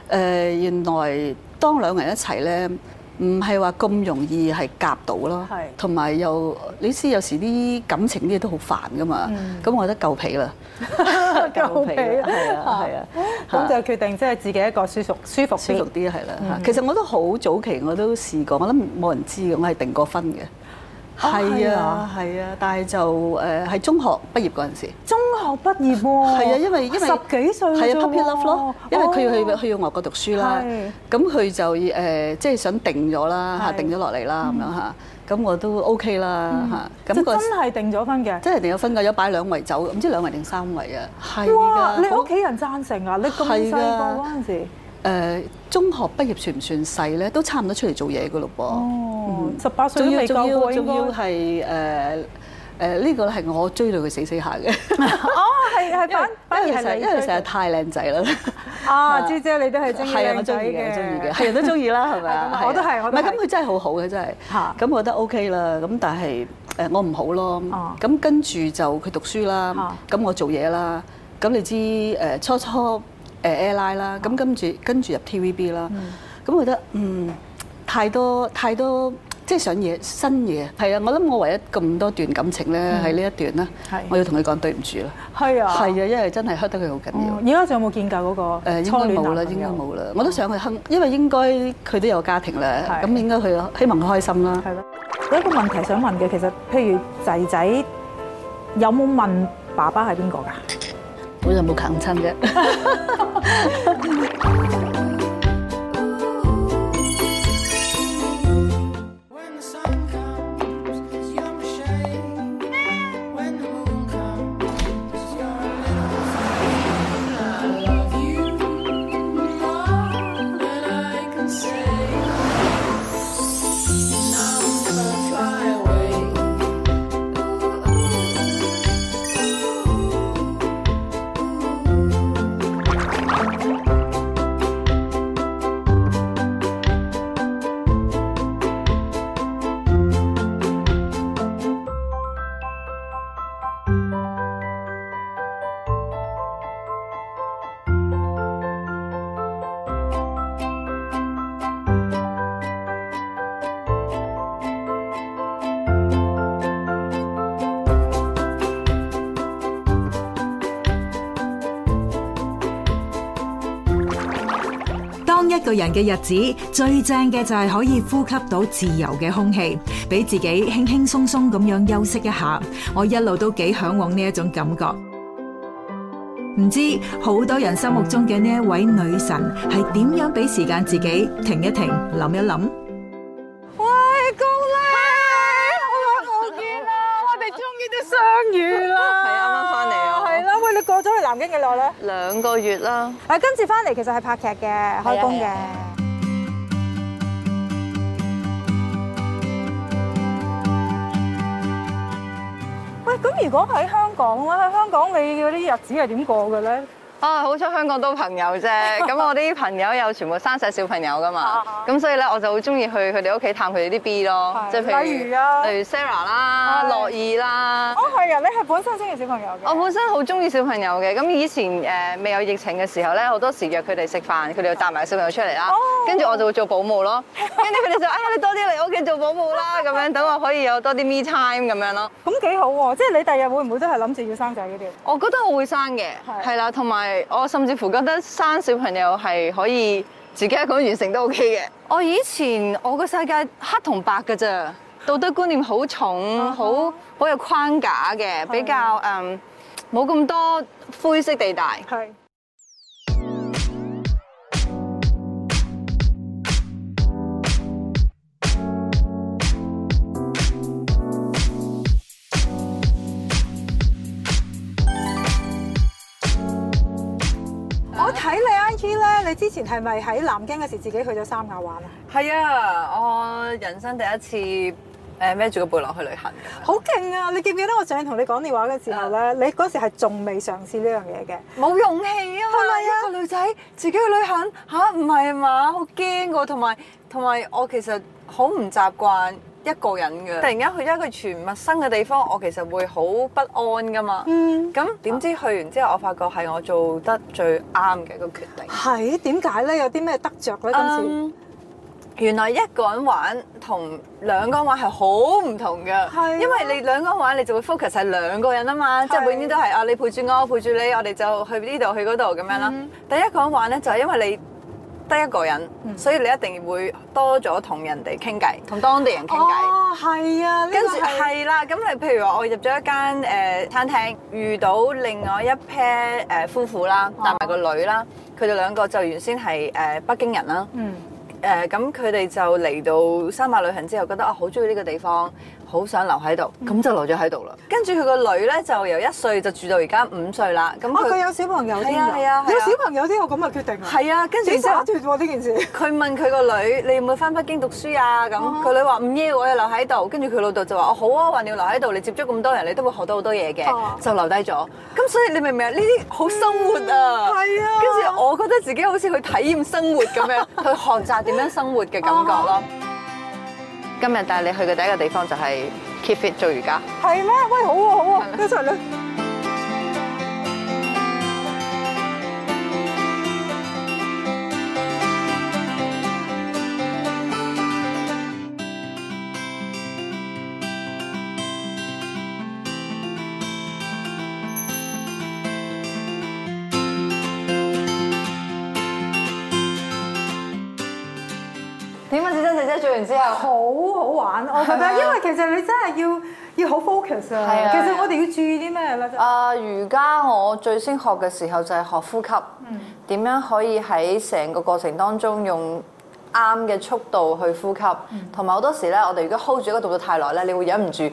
Speaker 6: 呃原來當兩個人一齊咧，唔係話咁容易係夾到咯
Speaker 3: 係，
Speaker 6: 同埋又你知有時啲感情啲嘢都好煩噶嘛，咁、我覺得夠皮啦，
Speaker 3: 夠皮
Speaker 6: 啦係啊 係啊，
Speaker 3: 咁就決定即係自己一個舒服舒服
Speaker 6: 舒
Speaker 3: 啲
Speaker 6: 服。啲係啦。嚇其實我都好早期我都試過，我諗冇人知嘅，我係定過婚嘅。係
Speaker 3: 係
Speaker 6: 啊
Speaker 3: 啊，
Speaker 6: 係啊，但係就誒係中學畢業嗰陣時。
Speaker 3: 中學畢業喎，
Speaker 6: 係啊，因為因為
Speaker 3: 哦十幾歲
Speaker 6: 係
Speaker 3: 啫
Speaker 6: 啊
Speaker 3: 喎
Speaker 6: ，puppy love 咯，因為佢要
Speaker 3: 哦
Speaker 6: 去去要外國讀書啦
Speaker 3: 係，
Speaker 6: 咁佢就誒即係想定咗啦嚇，
Speaker 3: 係
Speaker 6: 定咗落嚟啦咁樣嚇，咁我都 OK 啦嚇，咁
Speaker 3: 就
Speaker 6: 個
Speaker 3: 嗯真係定咗婚嘅。
Speaker 6: 真係定咗婚㗎，有擺兩圍酒，唔知兩圍定三圍啊，係
Speaker 3: 哇！
Speaker 6: 㗎，
Speaker 3: 你
Speaker 6: 好
Speaker 3: 屋企人贊成啊？你咁細
Speaker 6: 係
Speaker 3: 個
Speaker 6: 㗎
Speaker 3: 嗰陣時，
Speaker 6: 誒呃中學畢業算唔算細咧？都差唔多出嚟做嘢㗎咯噃。嗯
Speaker 3: 哦，十八歲
Speaker 6: 仲
Speaker 3: 都
Speaker 6: 要
Speaker 3: 未
Speaker 6: 仲
Speaker 3: 夠
Speaker 6: 要
Speaker 3: 喎，
Speaker 6: 仲要
Speaker 3: 應該。
Speaker 6: 係誒誒呢個咧係我追到佢死死下嘅，
Speaker 3: 哦，係係
Speaker 6: 因為
Speaker 3: 反反而
Speaker 6: 因為
Speaker 3: 係
Speaker 6: 成
Speaker 3: 你
Speaker 6: 因為成日
Speaker 3: 追
Speaker 6: 太靚仔啦。
Speaker 3: 嘅 啊，芝姐你都 係中意
Speaker 6: 係啊，
Speaker 3: 靚
Speaker 6: 我中
Speaker 3: 仔
Speaker 6: 意嘅，我中意嘅，
Speaker 3: 嘅。
Speaker 6: 係人都中意啦，係咪
Speaker 3: 啊咁啊？
Speaker 6: 啊係啊
Speaker 3: 我都係我
Speaker 6: 唔
Speaker 3: 都係
Speaker 6: 係咁，佢真係好好嘅，真
Speaker 3: 嚇
Speaker 6: 係。咁我覺得 OK 啦，咁但係誒我唔好咯
Speaker 3: 哦。
Speaker 6: 咁跟住就佢讀書啦，
Speaker 3: 嚇
Speaker 6: 咁我做嘢啦。咁你知誒初初誒 airline 啦，咁跟住跟住入 TVB 啦。咁我覺得嗯太多太多。即係想嘢新嘢，係啊！我諗我唯一咁多段感情咧，喺呢一段啦
Speaker 3: 係，
Speaker 6: 我要同佢講對唔住啦。
Speaker 3: 係啊，
Speaker 6: 係啊，因為真係 hurt 得佢好緊要
Speaker 3: 哦。而家仲有冇見過嗰個
Speaker 6: 呃誒應
Speaker 3: 初
Speaker 6: 該
Speaker 3: 戀
Speaker 6: 冇
Speaker 3: 男
Speaker 6: 啦，
Speaker 3: 朋
Speaker 6: 應該
Speaker 3: 友？
Speaker 6: 冇啦。我都想佢亨，因為應該佢都有家庭啦，
Speaker 3: 係
Speaker 6: 咁應該佢希望佢開心啦。
Speaker 3: 係咯，有一個問題想問嘅，其實譬如仔仔有冇問爸爸係邊個㗎？
Speaker 6: 我就冇啃親啫。
Speaker 8: When the sun comes, you're my shade. When the moon comes, you're a little flame. I love you more than I can say. Now I'm gonna fly away.
Speaker 5: Khi một người sống một cuộc sống, cái đẹp nhất là có thể hút được không khí tự do, để bản thân thoải mái mà nghỉ ngơi một chút. Tôi luôn rất thích cảm giác này. Không biết nhiều người trong lòng của vị nữ thần này là làm sao để thời gian cho mình dừng lại, ngẫm nghĩ.
Speaker 2: 係啱啱翻嚟啊！
Speaker 3: 係啦，喂，你過咗去南京幾耐咧？
Speaker 2: 兩個月啦，
Speaker 3: 啊，今次翻嚟其實係拍劇嘅，開工
Speaker 2: 係啊
Speaker 3: 嘅。喂，咁如果喺香港咧，喺香港你嗰啲日子係點過嘅咧？
Speaker 2: 啊好彩香港都朋友 啫，咁我啲朋友又全部生晒小朋友噶嘛
Speaker 3: 啊啊，
Speaker 2: 咁所以咧我就好中意去佢哋屋企探佢哋啲 B 咯
Speaker 3: 係，
Speaker 2: 即係譬
Speaker 3: 例如啊
Speaker 2: 例如 Sarah 啦、
Speaker 3: 係
Speaker 2: 樂意啦
Speaker 3: 哦。，係啊，你係本身中意小朋友嘅。
Speaker 2: 我本身好中意小朋友嘅，咁以前誒未有疫情嘅時候咧，好多時約佢哋食飯，佢哋就帶埋小朋友出嚟啦
Speaker 3: 哦，
Speaker 2: 跟住我就會做保姆 咯，跟住佢哋就哎呀你多啲嚟我屋企做保姆啦，咁樣等我可以有多啲 me time 咁樣咯。
Speaker 3: 咁幾好喎，即係你第日會唔會都係諗住要生仔嗰啲？
Speaker 2: 我覺得我會生嘅，
Speaker 3: 係
Speaker 2: 係啦，同埋我甚至乎覺得生小朋友係可以自己一個人完成都 OK 嘅。我以前我個世界黑同白嘅咋，道德觀念好重，好好有框架嘅，比較誒冇咁多灰色地帶。
Speaker 3: 係。我睇你 IG 咧，你之前係咪喺南京嗰時自己去咗三亞玩啊？
Speaker 2: 係啊，我人生第一次誒孭住個背囊去旅行。
Speaker 3: 好勁啊！你記唔記得我上次同你講電話嘅時候咧，你嗰時係仲未嘗試呢樣嘢嘅。
Speaker 2: 冇勇氣啊嘛！
Speaker 3: 係咪啊
Speaker 2: 一個女仔自己去旅行吓，唔係嘛，好驚噶，同埋同埋我其實好唔習慣一個人嘅。突然間去咗一個全陌生嘅地方，我其實會好不安噶嘛。
Speaker 3: 嗯，
Speaker 2: 咁點知去完之後，我發覺係我做得最啱嘅一個決定。
Speaker 3: 係點解咧？有啲咩得着咧？今次
Speaker 2: 嗯原來一個人玩同兩個人玩係好唔同嘅，
Speaker 3: 係啊
Speaker 2: 因為你兩個人玩你就會 focus 係兩個人啊嘛，即係永遠都係啊你陪住我，我陪住你，我哋就去呢度去嗰度咁樣
Speaker 3: 嗯
Speaker 2: 啦。但一個人玩咧就係因為你得一個人，
Speaker 3: 嗯
Speaker 2: 所以你一定會多咗同人哋傾偈，同當地人傾偈。
Speaker 3: 哦，係啊，呢
Speaker 2: 跟
Speaker 3: 個
Speaker 2: 住
Speaker 3: 係
Speaker 2: 係啦，咁你譬如話我入咗一間誒、呃餐廳，遇到另外一 pair 誒、呃夫婦啦，
Speaker 3: 啊
Speaker 2: 帶埋個女啦，佢哋兩個就原先係誒、呃北京人啦。呃
Speaker 3: 嗯。
Speaker 2: 誒咁佢哋就嚟到三亞旅行之後，覺得啊好中意呢個地方，
Speaker 3: 好想留喺度，咁就留咗喺度啦。跟住佢個女咧就由一歲就住到而家五歲啦。咁
Speaker 5: 啊，佢
Speaker 3: 哦佢
Speaker 5: 有小朋友添
Speaker 3: 係啊
Speaker 5: 㗎
Speaker 3: 係啊係啊
Speaker 5: 有小朋友都有咁嘅決定啊，
Speaker 3: 係啊，跟住
Speaker 5: 幾
Speaker 3: 之後
Speaker 5: 灑。脱喎呢件事。
Speaker 3: 佢問佢個女：你會唔會翻北京讀書啊？咁佢女話唔要，我要留喺度。跟住佢老豆就話：哦好啊，話你要留喺度，你接觸咁多人，你都會學到好多嘢嘅
Speaker 5: 哦，
Speaker 3: 就留低咗。咁所以你明唔明啊？呢啲好生活啊！
Speaker 5: 係啊
Speaker 3: 跟住我覺得自己好似去體驗生活咁 樣，去學習點樣生活嘅感覺咯。
Speaker 2: 今日帶你去嘅第一個地方就係 keep fit 做瑜伽。
Speaker 5: 係咩？喂，好啊，好啊，一齊啦！
Speaker 3: 點啊，小珍姐姐做完之
Speaker 5: 好
Speaker 3: 後，
Speaker 5: 好玩，我覺得，因為其實你真係要要好 focus 啊
Speaker 2: 係。啊
Speaker 5: 其實我哋要注意啲咩咧？真係
Speaker 2: 啊，瑜伽我最先學嘅時候就係學呼吸，
Speaker 5: 嗯
Speaker 2: 點、樣可以喺成個過程當中用啱嘅速度去呼吸，
Speaker 5: 嗯
Speaker 2: 同埋好多時咧，我哋如果 hold 住一個動作太耐咧，你會忍唔住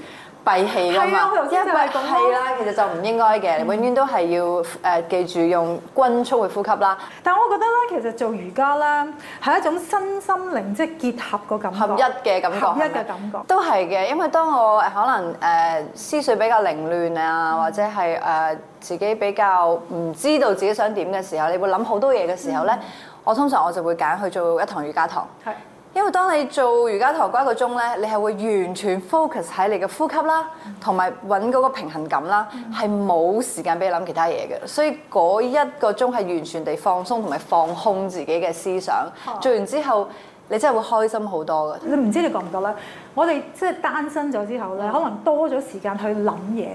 Speaker 2: 閉氣㗎
Speaker 5: 係啊
Speaker 2: 嘛
Speaker 5: 我頭，先就係咁咯
Speaker 2: 係啦，其實就唔應該嘅，你永遠都係要誒、呃、記住用均速去呼吸啦，
Speaker 5: 但我覺得咧，其實做瑜伽咧係一種身心靈即係結合個感覺，
Speaker 2: 合一嘅感覺，
Speaker 5: 合
Speaker 2: 係
Speaker 5: 一
Speaker 2: 咪
Speaker 5: 嘅感覺。
Speaker 2: 都係嘅，因為當我誒可能誒、呃思緒比較凌亂啊，或者係誒、呃自己比較唔知道自己想點嘅時候，你會諗好多嘢嘅時候咧，我通常我就會揀去做一堂瑜伽堂。
Speaker 5: 係
Speaker 2: 因為當你做瑜伽堂嗰一個鐘咧，你係會完全 focus 喺你嘅呼吸啦，同埋揾嗰個平衡感啦，係冇時間俾你諗其他嘢嘅，所以嗰一個鐘係完全地放鬆同埋放空自己嘅思想。做完之後，你真係會開心好多嘅。
Speaker 5: 你唔知你覺唔覺咧？我哋即係單身咗之後咧，可能多咗時間去諗嘢，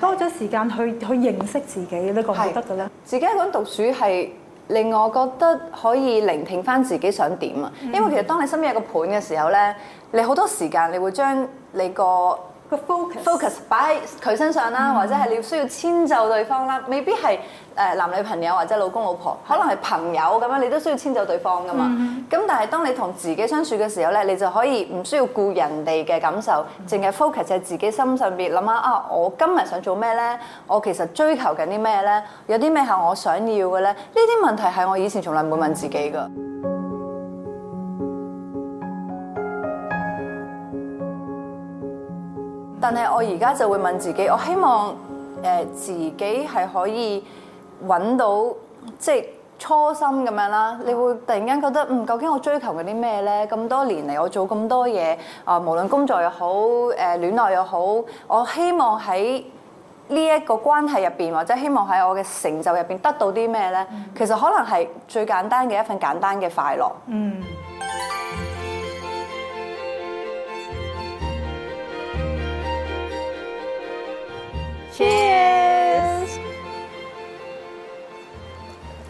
Speaker 5: 多咗時間去去認識自己，你覺唔覺得嘅咧？
Speaker 2: 自己一個人讀書係令我覺得可以聆聽翻自己想點啊，因為其實當你身邊有個伴嘅時候咧，你好多時間你會將你個
Speaker 5: 個 focus
Speaker 2: focus 擺喺佢身上啦，或者係你需要遷就對方啦，未必係誒男女朋友或者老公老婆，可能係朋友咁樣，你都需要遷就對方噶嘛。咁、但係當你同自己相處嘅時候咧，你就可以唔需要顧人哋嘅感受，淨係 focus 喺自己心上邊諗下啊，我今日想做咩咧？我其實追求緊啲咩咧？有啲咩係我想要嘅咧？呢啲問題係我以前從來唔會問自己噶。但係我而家就會問自己，我希望誒、呃自己係可以揾到即係初心咁樣啦。你會突然間覺得，嗯，究竟我追求緊啲咩呢？咁多年嚟，我做咁多嘢，啊、無論工作又好，誒、呃、戀愛又好，我希望喺呢一個關係入邊，或者希望喺我嘅成就入邊得到啲咩呢？其實可能係最簡單嘅一份簡單嘅快樂。
Speaker 5: 嗯。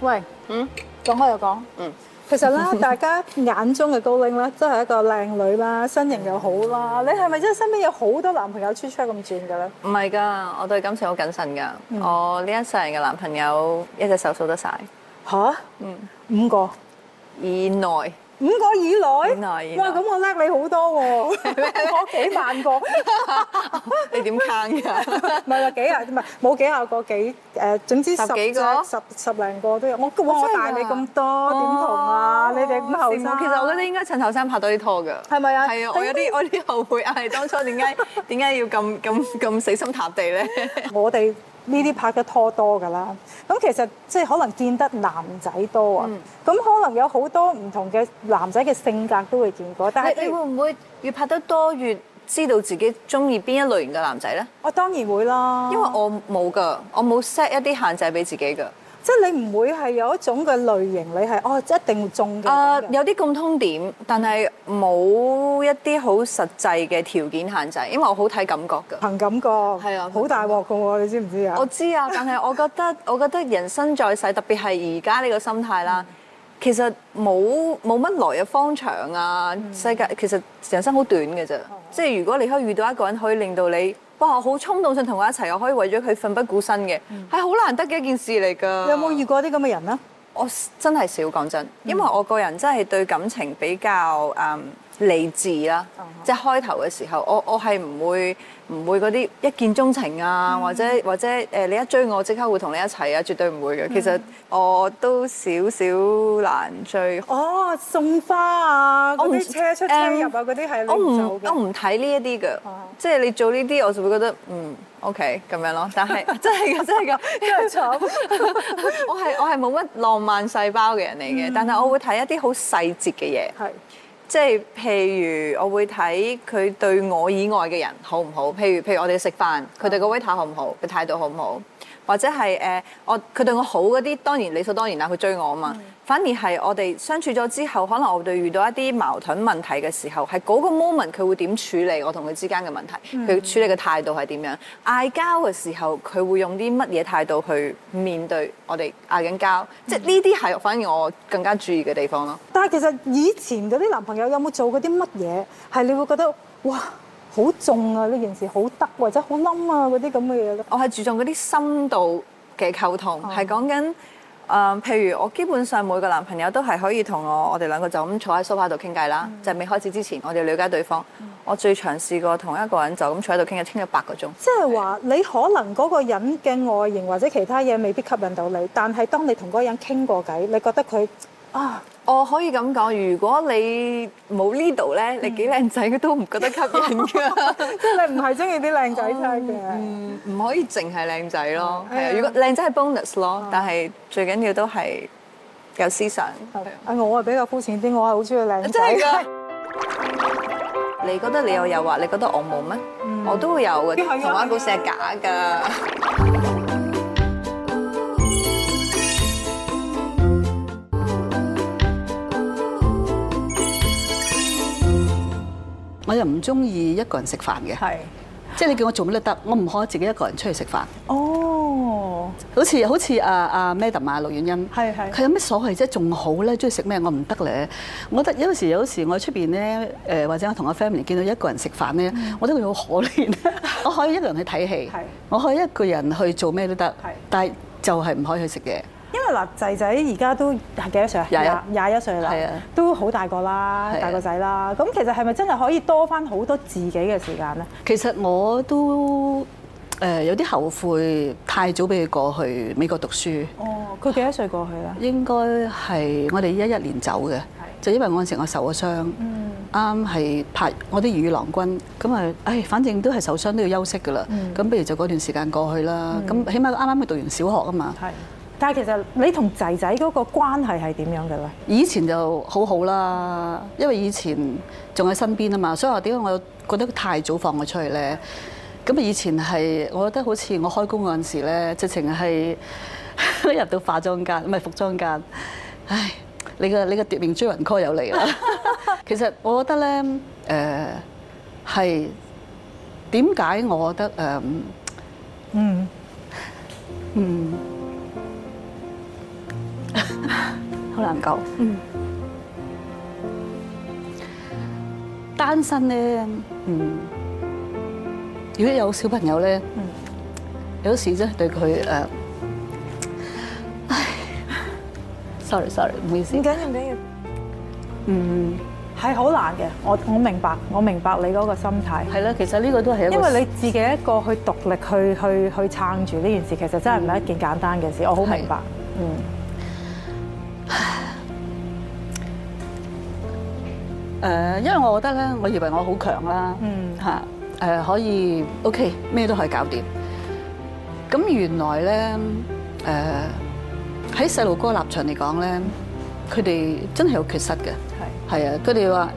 Speaker 5: 喂，嗯，講開又講，嗯，其實咧，大家眼中嘅高玲咧，真係一個靚女啦，身形又好啦，你係咪真係身邊有好多男朋友出出咁轉嘅咧？
Speaker 3: 唔係㗎，我對感情好謹慎㗎。我呢一世人嘅男朋友一隻手數得晒，
Speaker 5: 吓？嗯，五個，
Speaker 3: 以內。
Speaker 5: 五個以內，
Speaker 3: 以內以內
Speaker 5: 哇，咁我叻你好 多喎，我幾萬個，
Speaker 3: 你點坑㗎？
Speaker 5: 唔係話幾啊，唔係冇幾廿個幾誒，總之
Speaker 3: 十幾
Speaker 5: 隻
Speaker 3: 個
Speaker 5: 十十零個都有。我哇，我
Speaker 3: 真係㗎
Speaker 5: 大你咁多，
Speaker 2: 哦
Speaker 5: 點同啊？你哋咁後生，
Speaker 3: 其實我覺得應該趁後生拍多啲拖㗎。
Speaker 5: 係咪啊
Speaker 3: 係啊，我有啲我有啲後悔，唉，當初點解點解要咁咁咁死心塌地咧？
Speaker 5: 我哋呢啲拍得拖多㗎啦，咁其實即係可能見得男仔多啊，咁、可能有好多唔同嘅男仔嘅性格都會見過，但係
Speaker 3: 你你會唔會越拍得多越知道自己中意邊一類型嘅男仔咧？
Speaker 5: 我當然會啦，
Speaker 3: 因為我冇㗎，我冇 set 一啲限制俾自己㗎。
Speaker 5: 即係你唔會係有一種嘅類型，你係哦一定會中嘅
Speaker 3: 啊
Speaker 5: 咁，樣，
Speaker 3: 有啲共通點，但係冇一啲好實際嘅條件限制，因為我好睇感覺㗎。
Speaker 5: 憑感覺
Speaker 3: 係啊
Speaker 5: 好大鑊㗎喎，你知唔知啊？
Speaker 3: 我知啊，但係我覺得， 我覺得人生在世，特別係而家呢個心態啦，
Speaker 5: 嗯
Speaker 3: 其實冇冇乜來日方長啊。
Speaker 5: 嗯
Speaker 3: 世界其實人生好短嘅啫，
Speaker 5: 哦
Speaker 3: 即係如果你可以遇到一個人，可以令到你，哇！我好衝動想同佢一齊，我可以為咗佢奮不顧身嘅，係好難得嘅一件事嚟㗎。
Speaker 5: 嗯有冇遇過啲咁嘅人啊？
Speaker 3: 我真係少講真，因為我個人真係對感情比較誒、嗯
Speaker 2: 理智啦，即係開頭嘅時候，我我係唔會唔會嗰啲一見鍾情啊，或者或者誒你一追我即刻會同你一齊啊，絕對唔會嘅。其實我都少少難追，
Speaker 1: 哦，送花啊，
Speaker 2: 我
Speaker 1: 嗰
Speaker 2: 唔
Speaker 1: 啲車出車入啊，嗰啲係
Speaker 2: 我
Speaker 1: 你唔
Speaker 2: 唔
Speaker 1: 做
Speaker 2: 我
Speaker 1: 嘅。
Speaker 2: 唔睇呢一啲嘅，即係你做呢啲我就會覺得嗯 OK 咁樣咯。但 係真係嘅真係嘅，真係慘。 我係我係冇乜浪漫細胞嘅人嚟嘅，但係我會睇一啲好細節嘅嘢。
Speaker 1: 係
Speaker 2: 即係譬如我會睇佢對我以外嘅人好唔好，譬如譬如我哋食飯，佢對個 waiter 好唔好，佢態度好唔好，或者係誒、呃我佢對我好嗰啲，當然理所當然啦，佢追我啊嘛。反而係我哋相處咗之後，可能我哋遇到一啲矛盾問題嘅時候，係嗰個 moment 佢會點處理我同佢之間嘅問題，佢處理嘅態度係點樣？嗌交嘅時候，佢會用啲乜嘢態度去面對我哋嗌緊交？即係呢啲係反而我更加注意嘅地方咯。
Speaker 1: 但係其實以前嗰啲男朋友有冇做過啲乜嘢係你會覺得哇好重啊呢件事好得或者好冧啊嗰啲咁嘅嘢咧？
Speaker 2: 我係注重嗰啲深度嘅溝通，係講緊誒，譬如我基本上每個男朋友都係可以同我，我哋兩個就咁坐喺 sofa 度傾偈啦，就係未開始之前，我哋了解對方。我最長試過同一個人就咁坐喺度傾偈，傾咗八個鐘。
Speaker 1: 即係話你可能嗰個人嘅外形或者其他嘢未必吸引到你，但係當你同嗰個人傾過偈，你覺得佢啊
Speaker 2: 我可以咁講，如果你冇呢度咧，你幾靚仔都唔覺得吸引 㗎。
Speaker 1: 即係你唔係中意啲靚仔差嘅。
Speaker 2: 嗯，唔可以淨係靚仔咯，係啊，如哦果靚仔係 bonus 咯，但係最緊要都係有思想。係啊
Speaker 1: 啊，我係比較膚淺啲，我係好中意靚
Speaker 2: 真
Speaker 1: 仔。
Speaker 2: 係㗎！你覺得你有誘惑，你覺得我冇咩？我都會有嘅，
Speaker 1: 係啊
Speaker 2: 童話故事嗯係假㗎。
Speaker 6: 我又唔中意一個人食飯嘅，
Speaker 1: 係
Speaker 6: 即係你叫我做乜都得，我唔可以自己一個人出去食飯。
Speaker 1: 哦，
Speaker 6: 好似好似啊啊 Madam 啊陸遠欣，
Speaker 1: 係係
Speaker 6: 佢有咩所謂啫？仲好咧，中意食咩我唔得咧。我覺得有時有時我喺出邊咧誒，或者我同我 family 見到一個人食飯咧，
Speaker 3: 嗯
Speaker 6: 我覺得佢好 可憐。我可以一個人去睇戲
Speaker 1: 係，
Speaker 6: 我可以一個人去做咩都得
Speaker 1: 係，
Speaker 6: 但係就係唔可以去食嘢。
Speaker 1: 因為 嗱仔仔而家都係幾多歲啊？
Speaker 6: 廿一
Speaker 1: 廿一歲啦
Speaker 6: 係啊，
Speaker 1: 都好大個啦
Speaker 6: 係，啊
Speaker 1: 大個仔啦。咁其實係咪真係可以多翻好多自己嘅時間咧？
Speaker 6: 其實我都誒有啲後悔，太早俾佢過去美國讀書。
Speaker 1: 哦，佢幾多歲過去
Speaker 3: 啊
Speaker 1: 啦？
Speaker 6: 應該係我哋一一年走嘅，就因為嗰陣時我受咗傷，啱係拍我啲魚與狼軍，咁啊，唉，反正都係受傷都要休息噶啦，咁不如就嗰段時間過去啦，咁起碼啱啱佢讀完小學啊嘛，
Speaker 1: 係。但係其實你同仔仔嗰個關係係點樣嘅咧？
Speaker 6: 以前就好好啦，因為以前仲喺身邊啊嘛，所以話點解我覺得太早放我出去咧？咁以前係我覺得好似我開工嗰陣時咧，直情係入到化妝 間，唔係服裝間，唉，你個你個奪命追魂 call 又嚟啦！ 其實我覺得咧，誒係點解我覺得誒？呃
Speaker 1: 嗯，
Speaker 6: 嗯， 好難講。嗯，單身咧，嗯，如果有小朋友咧，
Speaker 1: 嗯
Speaker 6: 有時真係對佢誒，呃唉，sorry sorry，唔好意思
Speaker 1: 唔。緊要，唔緊要。
Speaker 6: 嗯，
Speaker 1: 係好難嘅，我我明白，我明白你嗰個心態，
Speaker 6: 係啦，其實呢個都係一個
Speaker 1: 因為你自己一個去獨力去去去撐住呢件事，其實真係唔係一件簡單嘅事，我好明白。
Speaker 6: 誒、呃因為我覺得咧，我以為我好強啦，
Speaker 1: 嗯
Speaker 6: 嚇誒、呃可以 OK 咩都可以搞掂。咁原來咧誒喺細路哥立場嚟講咧，佢哋真係有缺失嘅，係係啊，佢哋話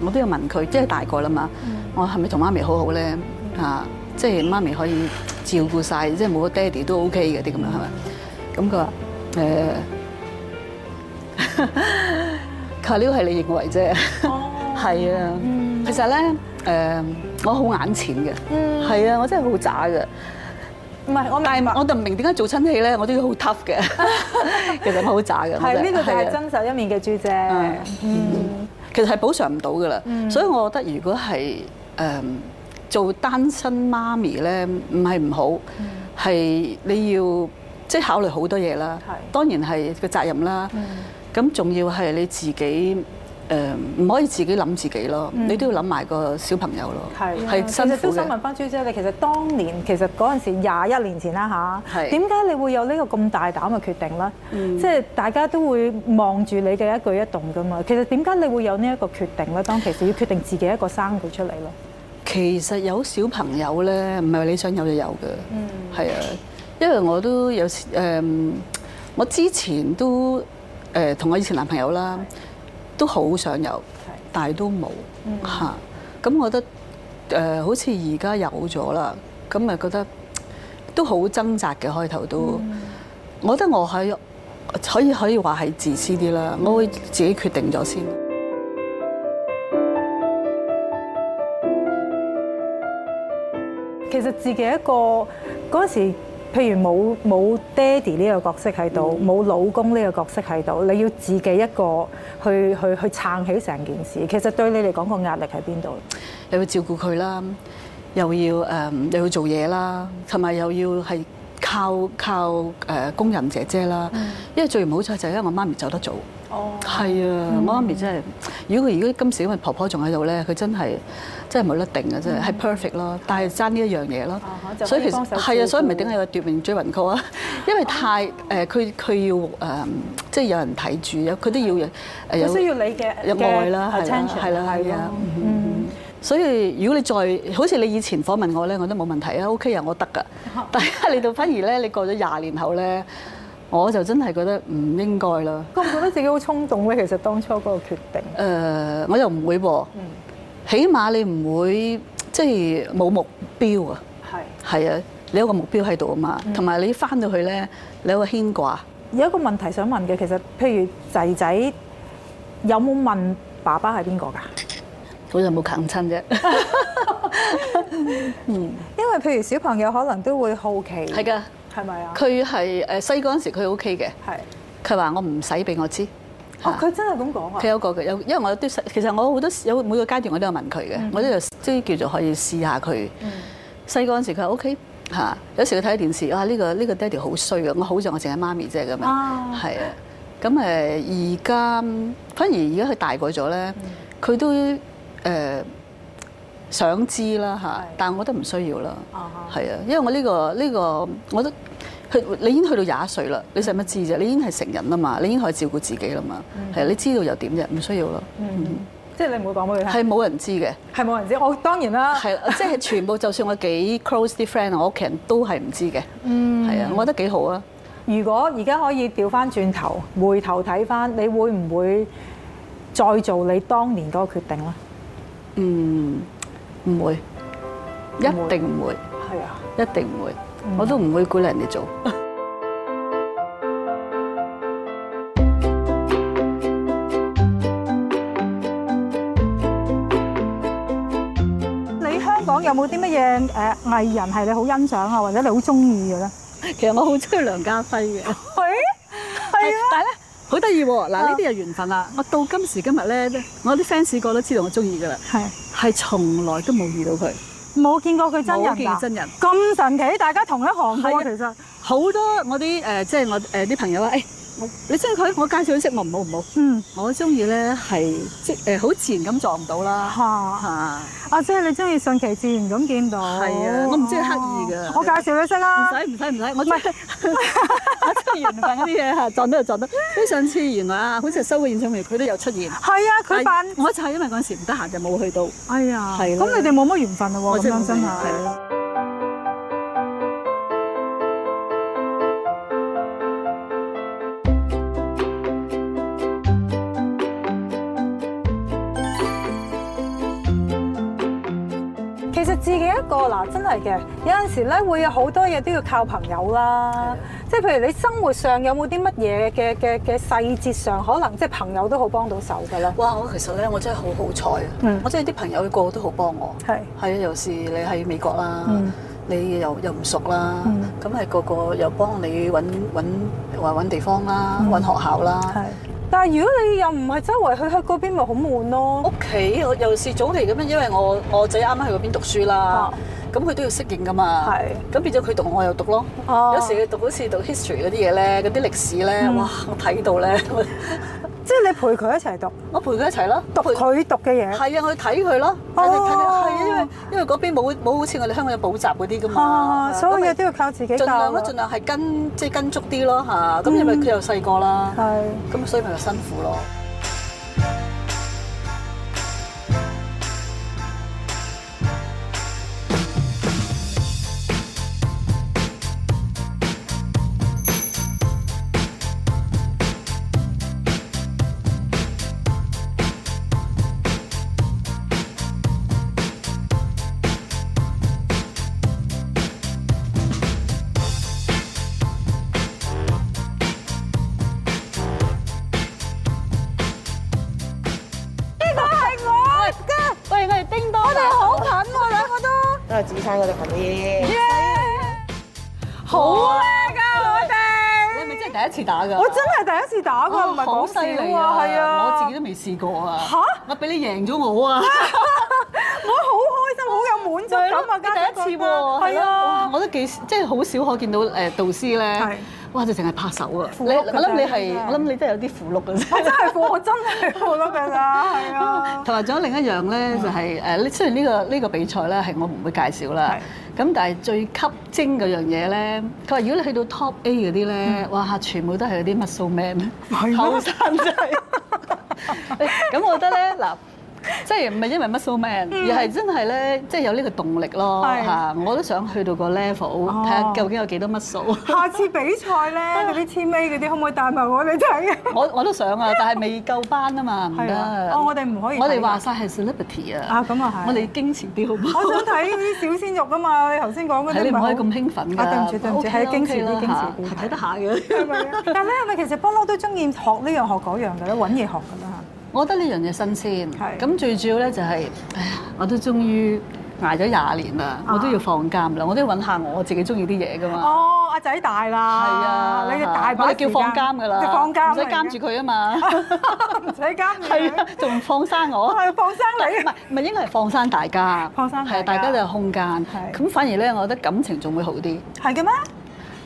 Speaker 6: 我都有問佢，即係大個啦嘛，
Speaker 1: 嗯
Speaker 6: 我係咪同媽咪好好咧嚇？即係媽咪可以照顧晒，即係冇個爹哋都 OK 嘅啲咁樣係咪？咁佢話誒。 佢話呢個係你認為啫，
Speaker 1: 哦
Speaker 6: 係啊，
Speaker 1: 嗯
Speaker 6: 其實咧誒，我好眼淺嘅，係啊，我真係好渣嘅。
Speaker 1: 唔係，我
Speaker 6: 但
Speaker 1: 明白
Speaker 6: 係。我就唔明點解做親戲咧，我都要好 tough 嘅。 其實我好渣嘅，我
Speaker 1: 係
Speaker 6: 真
Speaker 1: 呢個就
Speaker 6: 係
Speaker 1: 係
Speaker 6: 啊
Speaker 1: 真實一面嘅朱姐。
Speaker 3: 啊嗯
Speaker 6: 其實係補償唔到噶啦。所以我覺得如果係誒做單身媽咪咧，唔係唔好，
Speaker 3: 嗯
Speaker 6: 係你要即係考
Speaker 3: 嗯
Speaker 6: 慮好多嘢啦。當然係個責任啦。咁仲要係你自己誒唔可以自己諗自己咯，你都要諗埋個小朋友咯，係
Speaker 3: 嗯其
Speaker 6: 辛
Speaker 3: 實
Speaker 6: 苦
Speaker 3: 都想
Speaker 6: 嘅
Speaker 3: 問。翻朱姐，你其實當年其實嗰陣時廿一年前啦吓，
Speaker 6: 係
Speaker 3: 點解你會有呢個咁大膽嘅決定咧？即係大家都會望住你嘅一舉一動噶嘛。其實點解你會有呢一個決定咧？當其時要決定自己一個生佢出嚟咯。
Speaker 6: 其實有小朋友咧，唔係話你想有就有嘅，係啊、因為我都有時誒、我之前都誒同、我以前男朋友啦，都好想有，但係都冇嚇。咁、我覺得誒、好似而家有咗啦，咁咪覺得都好掙扎嘅開頭都。我覺得我係可以可以話係自私啲啦，我會自己決定咗先。
Speaker 3: 其實自己一個嗰陣時，譬如冇冇爹哋呢個角色喺度，冇、老公呢個角色喺度，你要自己一個去去去撐起成件事。其實對你嚟講個壓力喺邊度？
Speaker 6: 又要照顧佢啦，又要誒、嗯又要做嘢啦，同埋又要係靠靠誒、呃工人姐姐啦。
Speaker 3: 嗯
Speaker 6: 因為最唔好彩就係因為我媽咪走得早。哦，係啊，
Speaker 3: 嗯
Speaker 6: 我媽咪真係，如果佢而家今時因為婆婆仲喺度咧，佢真係真係冇得定嘅，真係係 perfect 咯。但係爭呢一樣嘢咯
Speaker 3: 哈嗯就，可以
Speaker 6: 所以其
Speaker 3: 幫
Speaker 6: 實
Speaker 3: 手
Speaker 6: 係
Speaker 3: 照
Speaker 6: 啊，
Speaker 3: 顧
Speaker 6: 所以咪點解有奪命追魂曲 啊？因為太誒，佢佢要誒，即係有人睇住，有佢都要誒有
Speaker 3: 佢需要你嘅
Speaker 6: 有愛啦，
Speaker 3: 嘅
Speaker 6: 係啦，
Speaker 3: attention，
Speaker 6: 係啦，
Speaker 3: 係
Speaker 6: 係
Speaker 3: 咯
Speaker 6: 啊。所以如果你再好似你以前訪問我咧，我都冇問題啊，OK 啊，我得噶。但係你到反而咧，你過咗廿年後咧，我就真係覺得唔應該啦。
Speaker 3: 覺唔覺得自己好衝動咧？其實當初嗰個決定，
Speaker 6: 誒、我又唔會噃，起碼你唔會即係冇目標啊。係係啊，你有個目標喺度啊嘛，同埋你翻到去咧，你有個牽掛。
Speaker 3: 有一個問題想問嘅，其實譬如仔仔有冇問爸爸係邊個㗎？
Speaker 6: 我就冇啃親啫，
Speaker 3: 因為譬如小朋友可能都會好奇，
Speaker 6: 係㗎。
Speaker 3: 係咪啊？
Speaker 6: 佢係誒細個嗰陣時，佢 OK 嘅。
Speaker 3: 係
Speaker 6: 佢話我唔使俾我知。
Speaker 3: 哦，
Speaker 6: 嚇
Speaker 3: 佢真係咁講啊
Speaker 6: 佢！有個嘅，有因為我都實其實我好多有每個階段我都有問佢嘅，
Speaker 3: 嗯
Speaker 6: 我都有即係叫做可以試下佢。細個嗰陣時佢話 OK 嚇，有時佢睇電視啊呢、個呢、個爹哋好衰嘅，我好在我淨係媽咪啫咁樣，係
Speaker 3: 啊
Speaker 6: 啊。咁誒而家反而而家佢大個咗
Speaker 3: 嗯
Speaker 6: 咧，佢都誒、呃想知啦嚇，但我覺得唔需要啦，係啊，因為我呢、個呢、個我覺得。佢你已經去到廿一歲啦，你使乜知啫？你已經係成人啦嘛，你已經可以照顧自己啦嘛，係啊，你知道又點啫？唔需要咯，
Speaker 3: 即係你唔會講俾佢聽，
Speaker 6: 係冇人知嘅，
Speaker 3: 係冇人知。我當然啦，
Speaker 6: 係啊 啦即係全部，就算我幾 close 啲 friend，我屋企啊人都係唔知嘅，係啊，我覺得幾好啊。
Speaker 3: 如果而家可以調翻轉頭，回頭睇翻，你會唔會再做你當年嗰個決定咧？
Speaker 6: 嗯，唔會，一
Speaker 3: 會
Speaker 6: 定唔會，
Speaker 3: 係啊，
Speaker 6: 一定唔會，我都唔會鼓勵人哋做。
Speaker 3: 你香港有冇啲乜嘢誒藝人係你好欣賞啊，或者你好中意嘅咧？
Speaker 6: 其實我好中意梁家輝嘅，
Speaker 3: 係啊係啊，
Speaker 6: 但係咧好得意喎，嗱呢啲係緣分啦。我到今時今日咧，我啲 fans 個個都知道我中意㗎啦，
Speaker 3: 係。
Speaker 6: 係從來都冇遇到佢。
Speaker 3: 冇見過佢真人
Speaker 6: 冇見
Speaker 3: 㗎
Speaker 6: 過真人
Speaker 3: 咁神奇，大家同一行嘅
Speaker 6: 係
Speaker 3: 喎，
Speaker 6: 啊
Speaker 3: 其實
Speaker 6: 好多我啲誒、呃即係我誒啲、朋友啊，誒、我你中意佢，我介紹佢識我唔好唔好？
Speaker 3: 嗯
Speaker 6: 我中意咧係即係誒好自然咁撞到啦
Speaker 3: 嚇，
Speaker 6: 嚇，
Speaker 3: 啊
Speaker 6: 唔
Speaker 3: 即係你中意順其自然咁見到，
Speaker 6: 係啊我唔中意刻意㗎
Speaker 3: 哦我介紹你識啦，
Speaker 6: 使唔使唔使，我中意 我中意緣分嗰啲嘢嚇，撞到就撞到。咁上次原來啊，好似係收嘅演唱會，佢都有出現。
Speaker 3: 係啊，佢扮
Speaker 6: 但係，我就係因為嗰陣時唔得閒就冇去到。
Speaker 3: 哎呀，
Speaker 6: 係啦
Speaker 3: 咁你哋冇乜緣分啦喎，
Speaker 6: 我
Speaker 3: 咁
Speaker 6: 真係
Speaker 3: 樣
Speaker 6: 冇
Speaker 3: 真
Speaker 6: 緣分
Speaker 3: 係。其實自己一個嗱，真係嘅，有陣時咧會有好多嘢都要靠朋友啦。即係譬如你生活上有冇啲乜嘢嘅嘅嘅細節上，可能即係朋友都好幫到手㗎啦。
Speaker 6: 哇！我其實咧，我真係好好彩啊！
Speaker 3: 嗯
Speaker 6: 我真係啲朋友個個都好幫我，
Speaker 3: 係
Speaker 6: 係啊，尤其是你喺美國啦，
Speaker 3: 嗯
Speaker 6: 你又又唔熟啦
Speaker 3: 嗯，
Speaker 6: 咁係個個又幫你揾揾話揾地方啦，揾、學校啦。
Speaker 3: 但係如果你又唔係周圍去去嗰邊，咪好悶咯。
Speaker 6: 屋企我尤其是早期咁樣，因為我我仔啱啱去嗰邊讀書啦
Speaker 3: 啊，
Speaker 6: 咁佢都要適應噶嘛。
Speaker 3: 係
Speaker 6: 咁變咗佢讀我又讀咯。
Speaker 3: 哦
Speaker 6: 有時佢讀好似讀 history 嗰啲嘢咧，嗰啲歷史咧，哇！我睇到咧，
Speaker 3: 即係你陪佢一齊讀，
Speaker 6: 我陪佢一齊咯，
Speaker 3: 讀
Speaker 6: 陪
Speaker 3: 佢讀嘅嘢。
Speaker 6: 係啊，我去睇佢咯，睇佢睇佢係啊，因為因為嗰邊冇冇好似我哋香港有補習嗰啲噶嘛
Speaker 3: 啊，，所有
Speaker 6: 咁咪
Speaker 3: 嘢都要靠自己
Speaker 6: 盡
Speaker 3: 教
Speaker 6: 量
Speaker 3: 啊。
Speaker 6: 咯，盡量係跟即係跟足啲咯嚇。咁因為佢又細個啦，
Speaker 3: 係
Speaker 6: 咁所以咪就辛苦咯。
Speaker 4: 都係紫珊嗰度近啲。
Speaker 6: 啊你係咪真係第一次打㗎？
Speaker 3: 我真係第一次打
Speaker 6: 啊
Speaker 3: 㗎，唔係
Speaker 6: 好
Speaker 3: 講
Speaker 6: 犀
Speaker 3: 笑
Speaker 6: 利
Speaker 3: 啊，係啊，
Speaker 6: 我自己都未試過啊！
Speaker 3: 吓
Speaker 6: 我俾你贏咗我啊！
Speaker 3: 我好開心，好有滿足感啊！家姐
Speaker 6: 第一
Speaker 3: 覺
Speaker 6: 次
Speaker 3: 得
Speaker 6: 喎，係
Speaker 3: 係
Speaker 6: 啊
Speaker 3: 啊，，
Speaker 6: 我都幾即係好少可見到誒導師
Speaker 3: 係
Speaker 6: 咧，哇！就淨係拍手啊！你
Speaker 3: 碌
Speaker 6: 我
Speaker 3: 㗎
Speaker 6: 諗你
Speaker 3: 真係
Speaker 6: 係，啊我諗你真係有啲符碌嘅
Speaker 3: 我
Speaker 6: 啫。
Speaker 3: 真係負，我真係負碌㗎啦，係啊，
Speaker 6: 同埋仲有另一樣咧，就係誒，雖然呢個呢個比賽咧係我唔會介紹啦，咁但係最吸睛嗰樣嘢咧，佢話如果你去到 top A 嗰啲咧，哇，全部都係嗰啲 muscle man，後生 仔。咁我覺得咧，嗱。即係唔係因為 muscle man，而係真係咧，即係有呢個動力咯
Speaker 3: 係
Speaker 6: 嚇。我都想去到個 level，睇下究竟有幾多 muscle。
Speaker 3: 下次比賽 咧，嗰啲千尾嗰啲可唔可以帶埋我哋睇啊？
Speaker 6: 我我都想 啊，但係未夠班啊嘛，唔
Speaker 3: 係啊
Speaker 6: 得。
Speaker 3: 哦我哋唔可以睇㗎
Speaker 6: 我哋話晒係 celebrity 啊。
Speaker 3: 啊咁啊係
Speaker 6: 我哋矜持啲 好唔好？
Speaker 3: 我想睇啲小鮮肉㗎嘛，你頭先講嗰
Speaker 6: 係
Speaker 3: 啲
Speaker 6: 你唔
Speaker 3: 咪好
Speaker 6: 可以咁興奮㗎。
Speaker 3: 啊對唔住對唔住
Speaker 6: OK 啦
Speaker 3: 係矜持啲矜
Speaker 6: OK 啦
Speaker 3: 持啲
Speaker 6: 嚇睇得下嘅。
Speaker 3: 係咪啊 但係咧，係咪其實不嬲都中意學呢樣學嗰樣嘅咧，揾嘢學㗎啦
Speaker 6: 我覺得呢樣嘢新鮮。
Speaker 3: 係
Speaker 6: 咁最主要咧就係，唉呀我都終於捱咗廿年啦，我都要放監啦，我都要揾下我自己中意啲嘢㗎嘛。
Speaker 3: 啊哦，阿仔大啦，
Speaker 6: 係啊，
Speaker 3: 你哋大把
Speaker 6: 我哋叫放監㗎啦，
Speaker 3: 你放監啊
Speaker 6: 唔使監住佢啊嘛，
Speaker 3: 唔使監住
Speaker 6: 係
Speaker 3: 佢
Speaker 6: 啊，仲唔放生我，
Speaker 3: 係放生哦你
Speaker 6: 唔係唔係應該係放生大家，
Speaker 3: 放生大家
Speaker 6: 係啊大家都有空間
Speaker 3: 係，
Speaker 6: 咁反而咧，我覺得感情仲會好啲。
Speaker 3: 係嘅咩？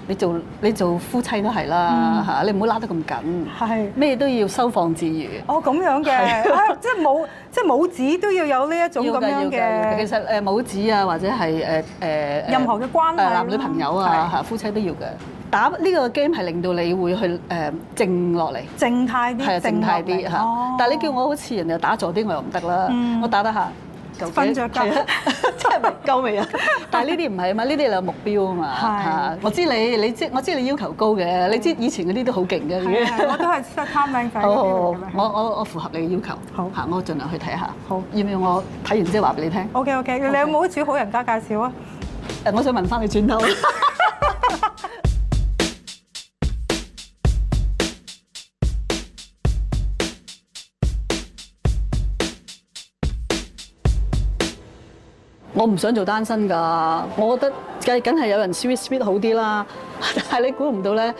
Speaker 6: 你做你做夫妻都係啦嚇，你唔好拉得咁緊，
Speaker 3: 嗯係
Speaker 6: 咩都要收放自如。
Speaker 3: 哦，咁樣嘅，啊即係冇，即係母子都要有呢一種
Speaker 6: 要
Speaker 3: 咁
Speaker 6: 㗎
Speaker 3: 樣
Speaker 6: 要㗎要㗎其
Speaker 3: 嘅，
Speaker 6: 實誒母子啊，或者係誒誒
Speaker 3: 任何嘅關係啦
Speaker 6: 男女朋友啊嚇夫妻都要嘅。打呢個 game 係令到你會去誒靜落嚟。
Speaker 3: 靜態
Speaker 6: 係
Speaker 3: 啲，
Speaker 6: 啊，靜態啲嚇。
Speaker 3: 哦
Speaker 6: 但係你叫我好似人哋打坐啲，我又唔得啦
Speaker 3: 嗯。
Speaker 6: 我打得下，究竟
Speaker 3: 瞓着覺
Speaker 6: 係啊 真係唔夠 未啊？但係呢啲唔係啊嘛，呢啲你有目標啊嘛。
Speaker 3: 係
Speaker 6: 嚇我知你，你知我知你要求高嘅，你知以前嗰啲都好勁嘅已
Speaker 3: 係
Speaker 6: 經。
Speaker 3: 啊我都係識貪靚仔
Speaker 6: 好
Speaker 3: 嗰啲
Speaker 6: 好好
Speaker 3: 嚟嘅
Speaker 6: 我
Speaker 3: 咩
Speaker 6: 我我符合你嘅要求。
Speaker 3: 好
Speaker 6: 嚇，我盡量去睇下。
Speaker 3: 好
Speaker 6: 要唔要我睇完之後話俾你聽？
Speaker 3: ？OK OK，你有冇啲主好人家介紹啊？
Speaker 6: 誒，我想問翻 你轉頭。我唔想做單身㗎，我覺得梗梗係有人 sweet sweet 好啲啦。 但係你估唔到咧，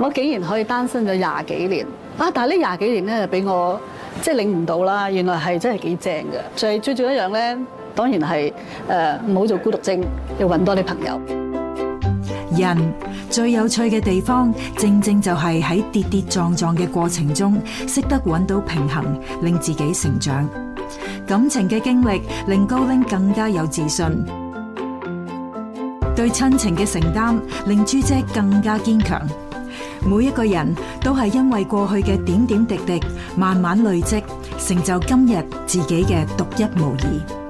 Speaker 6: 我竟然可以單身咗廿幾年啊！但係呢廿幾年咧，就俾我即係領唔到啦。原來係真係幾正嘅。最最重要一樣咧，當然係誒唔好做孤獨症，要揾多啲朋友。
Speaker 5: 人最有趣嘅地方，正正就係喺跌跌撞撞嘅過程中，識得揾到平衡，令自己成長。感情嘅經歷令高玲更加有自信，對親情嘅承擔令朱姐更加堅強。每一個人都係因為過去嘅點點滴滴，慢慢累積，成就今日自己嘅獨一無二。